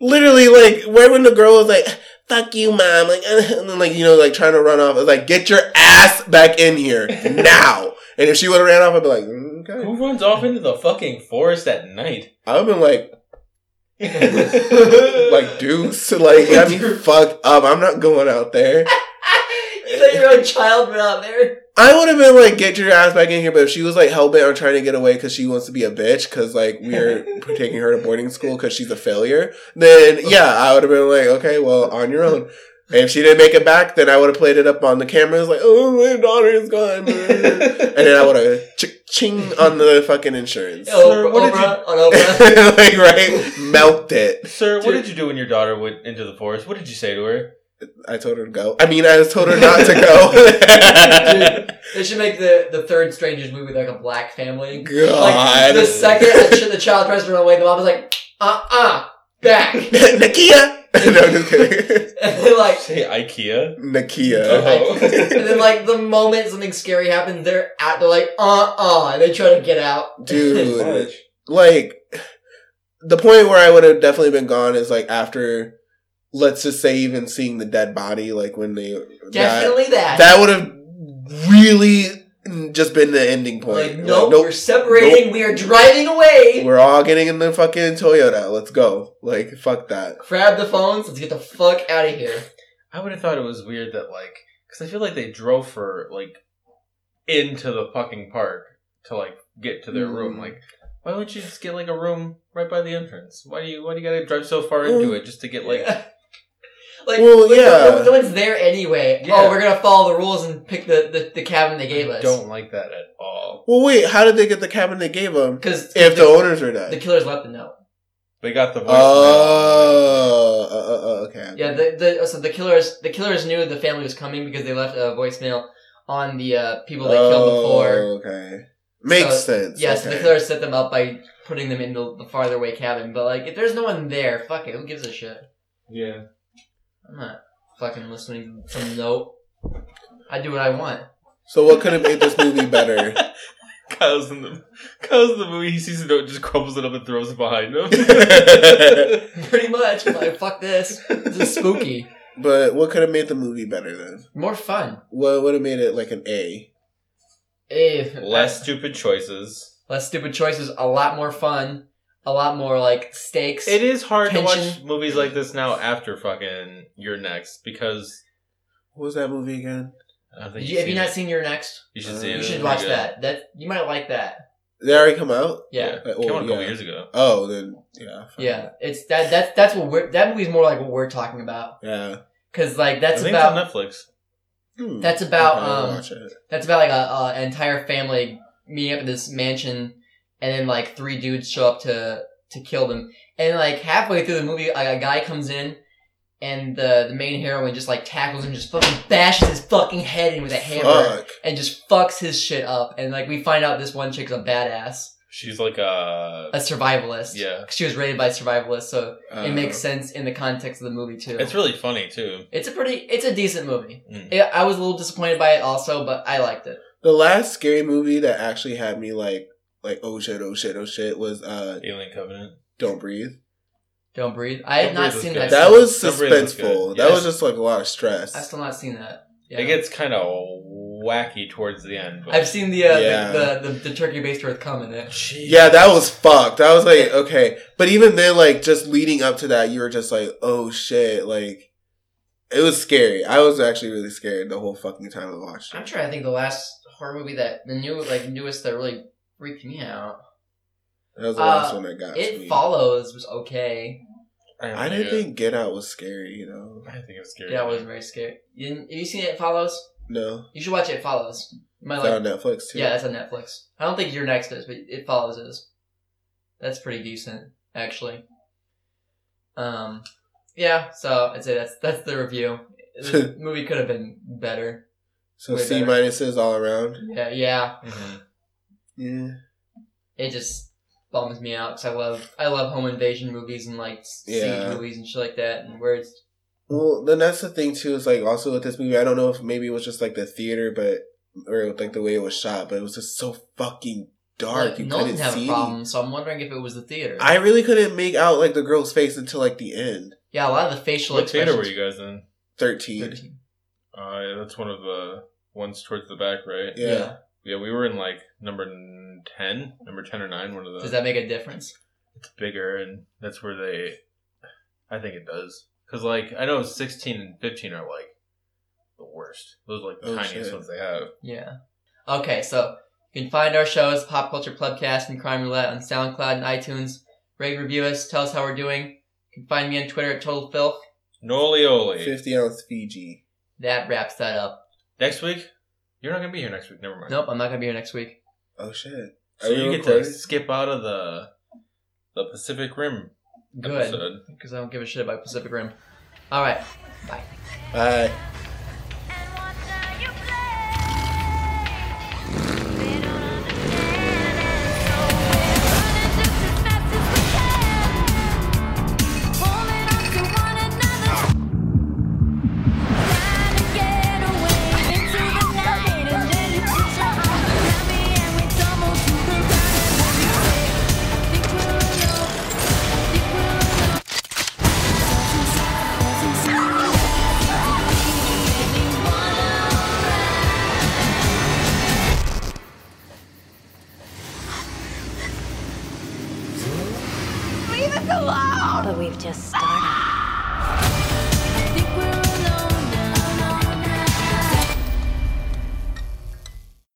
Speaker 9: Literally, like, right when the girl was like, fuck you, mom, like, and then, like, you know, like, trying to run off, I was like, get your ass back in here now. and if she would have ran off, I'd be like, "Mm, okay.
Speaker 8: Who runs off into the fucking forest at night?
Speaker 9: I would have been like, like,
Speaker 8: like,
Speaker 9: deuce, like, got me fucked up. I'm not going out there.
Speaker 7: you let your own child went out there.
Speaker 9: I would have been like, get your ass back in here, but if she was like hell bent on trying to get away because she wants to be a bitch, because like we're taking her to boarding school because she's a failure, then yeah, I would have been like, okay, well, on your own. And if she didn't make it back, then I would have played it up on the cameras like, oh, my daughter is gone. and then I would have ch- ching on the fucking insurance.
Speaker 8: Sir,
Speaker 7: Oprah,
Speaker 8: what did
Speaker 7: Oh, Oprah, on Oprah.
Speaker 9: like, right? Melt it.
Speaker 8: sir, what
Speaker 7: Dude.
Speaker 8: did you do when your daughter went into the forest? What did you say to her?
Speaker 9: I told her to go. I mean, I told her not to go.
Speaker 7: Dude, they should make the, the third Strangers movie like a black family. Like
Speaker 9: God.
Speaker 7: the second the, the child tries to run away, the mom was like, uh uh back. and
Speaker 9: Nakia! no, just kidding.
Speaker 7: they're like,
Speaker 8: Say IKEA.
Speaker 9: Nakia.
Speaker 8: Oh.
Speaker 7: and then like the moment something scary happens, they're out. They're like, uh uh, and they try to get out.
Speaker 9: Dude. like the point where I would have definitely been gone is like after let's just say even seeing the dead body, like when they
Speaker 7: Definitely that.
Speaker 9: that, that would have really just been the ending point.
Speaker 7: like,
Speaker 9: Like,
Speaker 7: nope, we're separating. We are driving away.
Speaker 9: We're all getting in the fucking Toyota. Let's go. Like fuck that.
Speaker 7: Grab the phones. Let's get the fuck out of here.
Speaker 8: I would have thought it was weird that like, because I feel like they drove her like into the fucking park to like get to their room.
Speaker 9: Mm.
Speaker 8: Like, why wouldn't you just get like a room right by the entrance? Why do you why do you gotta drive so far into it just to get like?
Speaker 7: Like,
Speaker 9: Well,
Speaker 7: like,
Speaker 9: yeah.
Speaker 7: no, no one's there anyway.
Speaker 8: Yeah.
Speaker 7: Oh, we're gonna follow the rules and pick the, the, the cabin they gave
Speaker 8: I
Speaker 7: us.
Speaker 8: don't like that at all.
Speaker 9: Well, wait. How did they get the cabin they gave them
Speaker 7: because
Speaker 9: if the, owners were
Speaker 7: the
Speaker 9: dead?
Speaker 7: killers left the note.
Speaker 8: They got the voice.
Speaker 9: Oh, uh, uh, uh, okay.
Speaker 7: Yeah, the, the so the killers the killers knew the family was coming because they left a voicemail on the uh, people they killed before.
Speaker 9: Oh, Okay, makes
Speaker 7: So,
Speaker 9: sense.
Speaker 7: Yeah, so
Speaker 9: okay.
Speaker 7: the killers set them up by putting them into the farther away cabin. But like, if there's no one there, fuck it. Who gives a shit?
Speaker 8: Yeah.
Speaker 7: I'm not fucking listening to some note. I do what I want.
Speaker 9: So what could have made this movie better?
Speaker 8: Kyle's in the Kyle's in the movie. He sees the note, just crumbles it up and throws it behind him.
Speaker 7: Pretty much. I'm Like, fuck this. This is spooky.
Speaker 9: but what could have made the movie better then?
Speaker 7: More fun.
Speaker 9: What would have made it like an A?
Speaker 7: Eh,
Speaker 8: Less stupid choices.
Speaker 7: less stupid choices. A lot more fun. A lot more like stakes.
Speaker 8: It is hard to watch
Speaker 7: Tension.
Speaker 8: movies like this now after fucking you're next because
Speaker 9: What was that movie again?
Speaker 8: I don't
Speaker 7: Did
Speaker 8: think
Speaker 7: you, have you
Speaker 8: seen
Speaker 7: not
Speaker 8: it.
Speaker 7: seen your next?
Speaker 8: You should see
Speaker 9: Uh,
Speaker 8: it.
Speaker 7: You
Speaker 8: It's
Speaker 7: should
Speaker 8: really
Speaker 7: watch
Speaker 8: good.
Speaker 7: that. That you might like that.
Speaker 9: Did it already come out?
Speaker 7: Yeah.
Speaker 9: Uh,
Speaker 8: Came out
Speaker 9: oh,
Speaker 8: a couple
Speaker 9: yeah.
Speaker 8: years ago.
Speaker 9: Oh, then yeah. fuck
Speaker 7: Yeah,
Speaker 9: it.
Speaker 7: it's that that's that's what we're that movie's more like what we're talking about
Speaker 9: Yeah.
Speaker 7: because like
Speaker 8: I
Speaker 7: that's
Speaker 8: think
Speaker 7: about
Speaker 8: it's on Netflix.
Speaker 9: Hmm.
Speaker 7: That's about,
Speaker 9: Okay, I'll
Speaker 7: um,
Speaker 9: watch it.
Speaker 7: That's about like a, a an entire family meeting up at this mansion, and then like three dudes show up to to kill them. And like halfway through the movie, a, a guy comes in, and the the main heroine just like tackles him, just fucking bashes his fucking head in with a hammer,
Speaker 9: Fuck.
Speaker 7: and just fucks his shit up. And like we find out this one chick's a badass,
Speaker 8: She's like a.
Speaker 7: a survivalist.
Speaker 8: Yeah.
Speaker 7: 'Cause she was raised by survivalists, so
Speaker 9: Uh,
Speaker 7: it makes sense in the context of the movie too.
Speaker 8: It's really funny too.
Speaker 7: it's a pretty, it's a decent movie.
Speaker 8: Mm.
Speaker 7: It, I was a little disappointed by it also, but I liked it.
Speaker 9: The last scary movie that actually had me like, like oh shit, oh shit, oh shit was uh,
Speaker 8: Alien Covenant.
Speaker 9: Don't Breathe.
Speaker 7: Don't breathe. I have
Speaker 8: Don't
Speaker 7: not
Speaker 8: Breathe was
Speaker 7: seen
Speaker 8: good.
Speaker 7: that.
Speaker 9: That
Speaker 7: still-
Speaker 9: was
Speaker 8: Don't Breathe was
Speaker 9: suspenseful.
Speaker 8: good.
Speaker 9: That was
Speaker 8: Yes.
Speaker 9: just like a lot of
Speaker 7: I've
Speaker 9: stress.
Speaker 7: still not seen that. Yeah.
Speaker 8: It gets kind of wacky towards the end. But
Speaker 7: I've seen the uh,
Speaker 9: Yeah.
Speaker 7: the, the, the the turkey based earth come in it.
Speaker 8: Jeez.
Speaker 9: Yeah, that was fucked. I was like, okay, but even then, like just leading up to that, you were just like, oh shit, like it was scary. I was actually really scared the whole fucking time I watched
Speaker 7: I'm
Speaker 9: it.
Speaker 7: trying to think the last horror movie that the new like newest that really freaked me out.
Speaker 9: That was the
Speaker 7: Uh,
Speaker 9: last one that got
Speaker 7: It
Speaker 9: me.
Speaker 7: follows was okay.
Speaker 9: I didn't think Get Out was scary. You know,
Speaker 8: I didn't think it was scary.
Speaker 7: Yeah, it was very scary. You, didn't- have you seen it follows?
Speaker 9: no,
Speaker 7: You should watch it follows. You might
Speaker 9: it's
Speaker 7: like.
Speaker 9: on Netflix too.
Speaker 7: Yeah, it's on Netflix. I don't think your next is, but it follows is. That's pretty decent, actually. Um, yeah. So I'd say that's that's the review. This movie could have been better.
Speaker 9: so
Speaker 7: way
Speaker 9: C
Speaker 7: better.
Speaker 9: minuses all around.
Speaker 7: Yeah, yeah.
Speaker 8: Mhm.
Speaker 9: Yeah,
Speaker 7: It just bums me out because I love I love home invasion movies and like siege
Speaker 9: Yeah.
Speaker 7: movies and shit like that. And where it's
Speaker 9: Well, then that's the thing too. Is like also with this movie, I don't know if maybe it was just like the theater, but or like the way it was shot, but it was just so fucking dark.
Speaker 7: like,
Speaker 9: you
Speaker 7: Nolan
Speaker 9: couldn't
Speaker 7: didn't have
Speaker 9: see.
Speaker 7: a
Speaker 9: Any.
Speaker 7: problem, so I'm wondering if it was the theater.
Speaker 9: I really couldn't make out like the girl's face until like the end.
Speaker 7: yeah, a lot of the facial
Speaker 8: What theater
Speaker 7: expressions.
Speaker 8: were you guys in?
Speaker 9: Thirteen.
Speaker 7: 13.
Speaker 8: Uh, yeah, that's one of the ones towards the back, right?
Speaker 9: Yeah.
Speaker 8: Yeah, we were in like number n- ten, number ten or nine. One of the
Speaker 7: Does that make a difference?
Speaker 8: it's bigger, and that's where they. I think it does because like I know sixteen and fifteen are like the worst. Those are like the
Speaker 9: Oh,
Speaker 8: tiniest
Speaker 9: shit.
Speaker 8: ones they have.
Speaker 7: Yeah. Okay, so you can find our shows, Pop Culture Clubcast and Crime Roulette, on SoundCloud and iTunes. Rate, review us, tell us how we're doing. You can find me on Twitter at Total Filth.
Speaker 8: Nolioli.
Speaker 9: Fifty ounce Fiji.
Speaker 7: That wraps that up.
Speaker 8: Next week, you're not gonna be here next week. Never mind.
Speaker 7: Nope, I'm not gonna be here next week.
Speaker 9: Oh shit. Are
Speaker 8: So
Speaker 9: we
Speaker 8: you get
Speaker 9: recording?
Speaker 8: to skip out of the the Pacific Rim
Speaker 7: Good,
Speaker 8: episode.
Speaker 7: because I don't give a shit about Pacific Rim. All right, bye.
Speaker 9: Bye.
Speaker 11: And what do you play? They don't understand it, so we're running just as fast as we can. Holding on to one another. Trying to get away into the night, and then you put your arms around me and we tumble to the ground. And what do you play? I think we're alone. I think we're alone.
Speaker 2: But we've just started.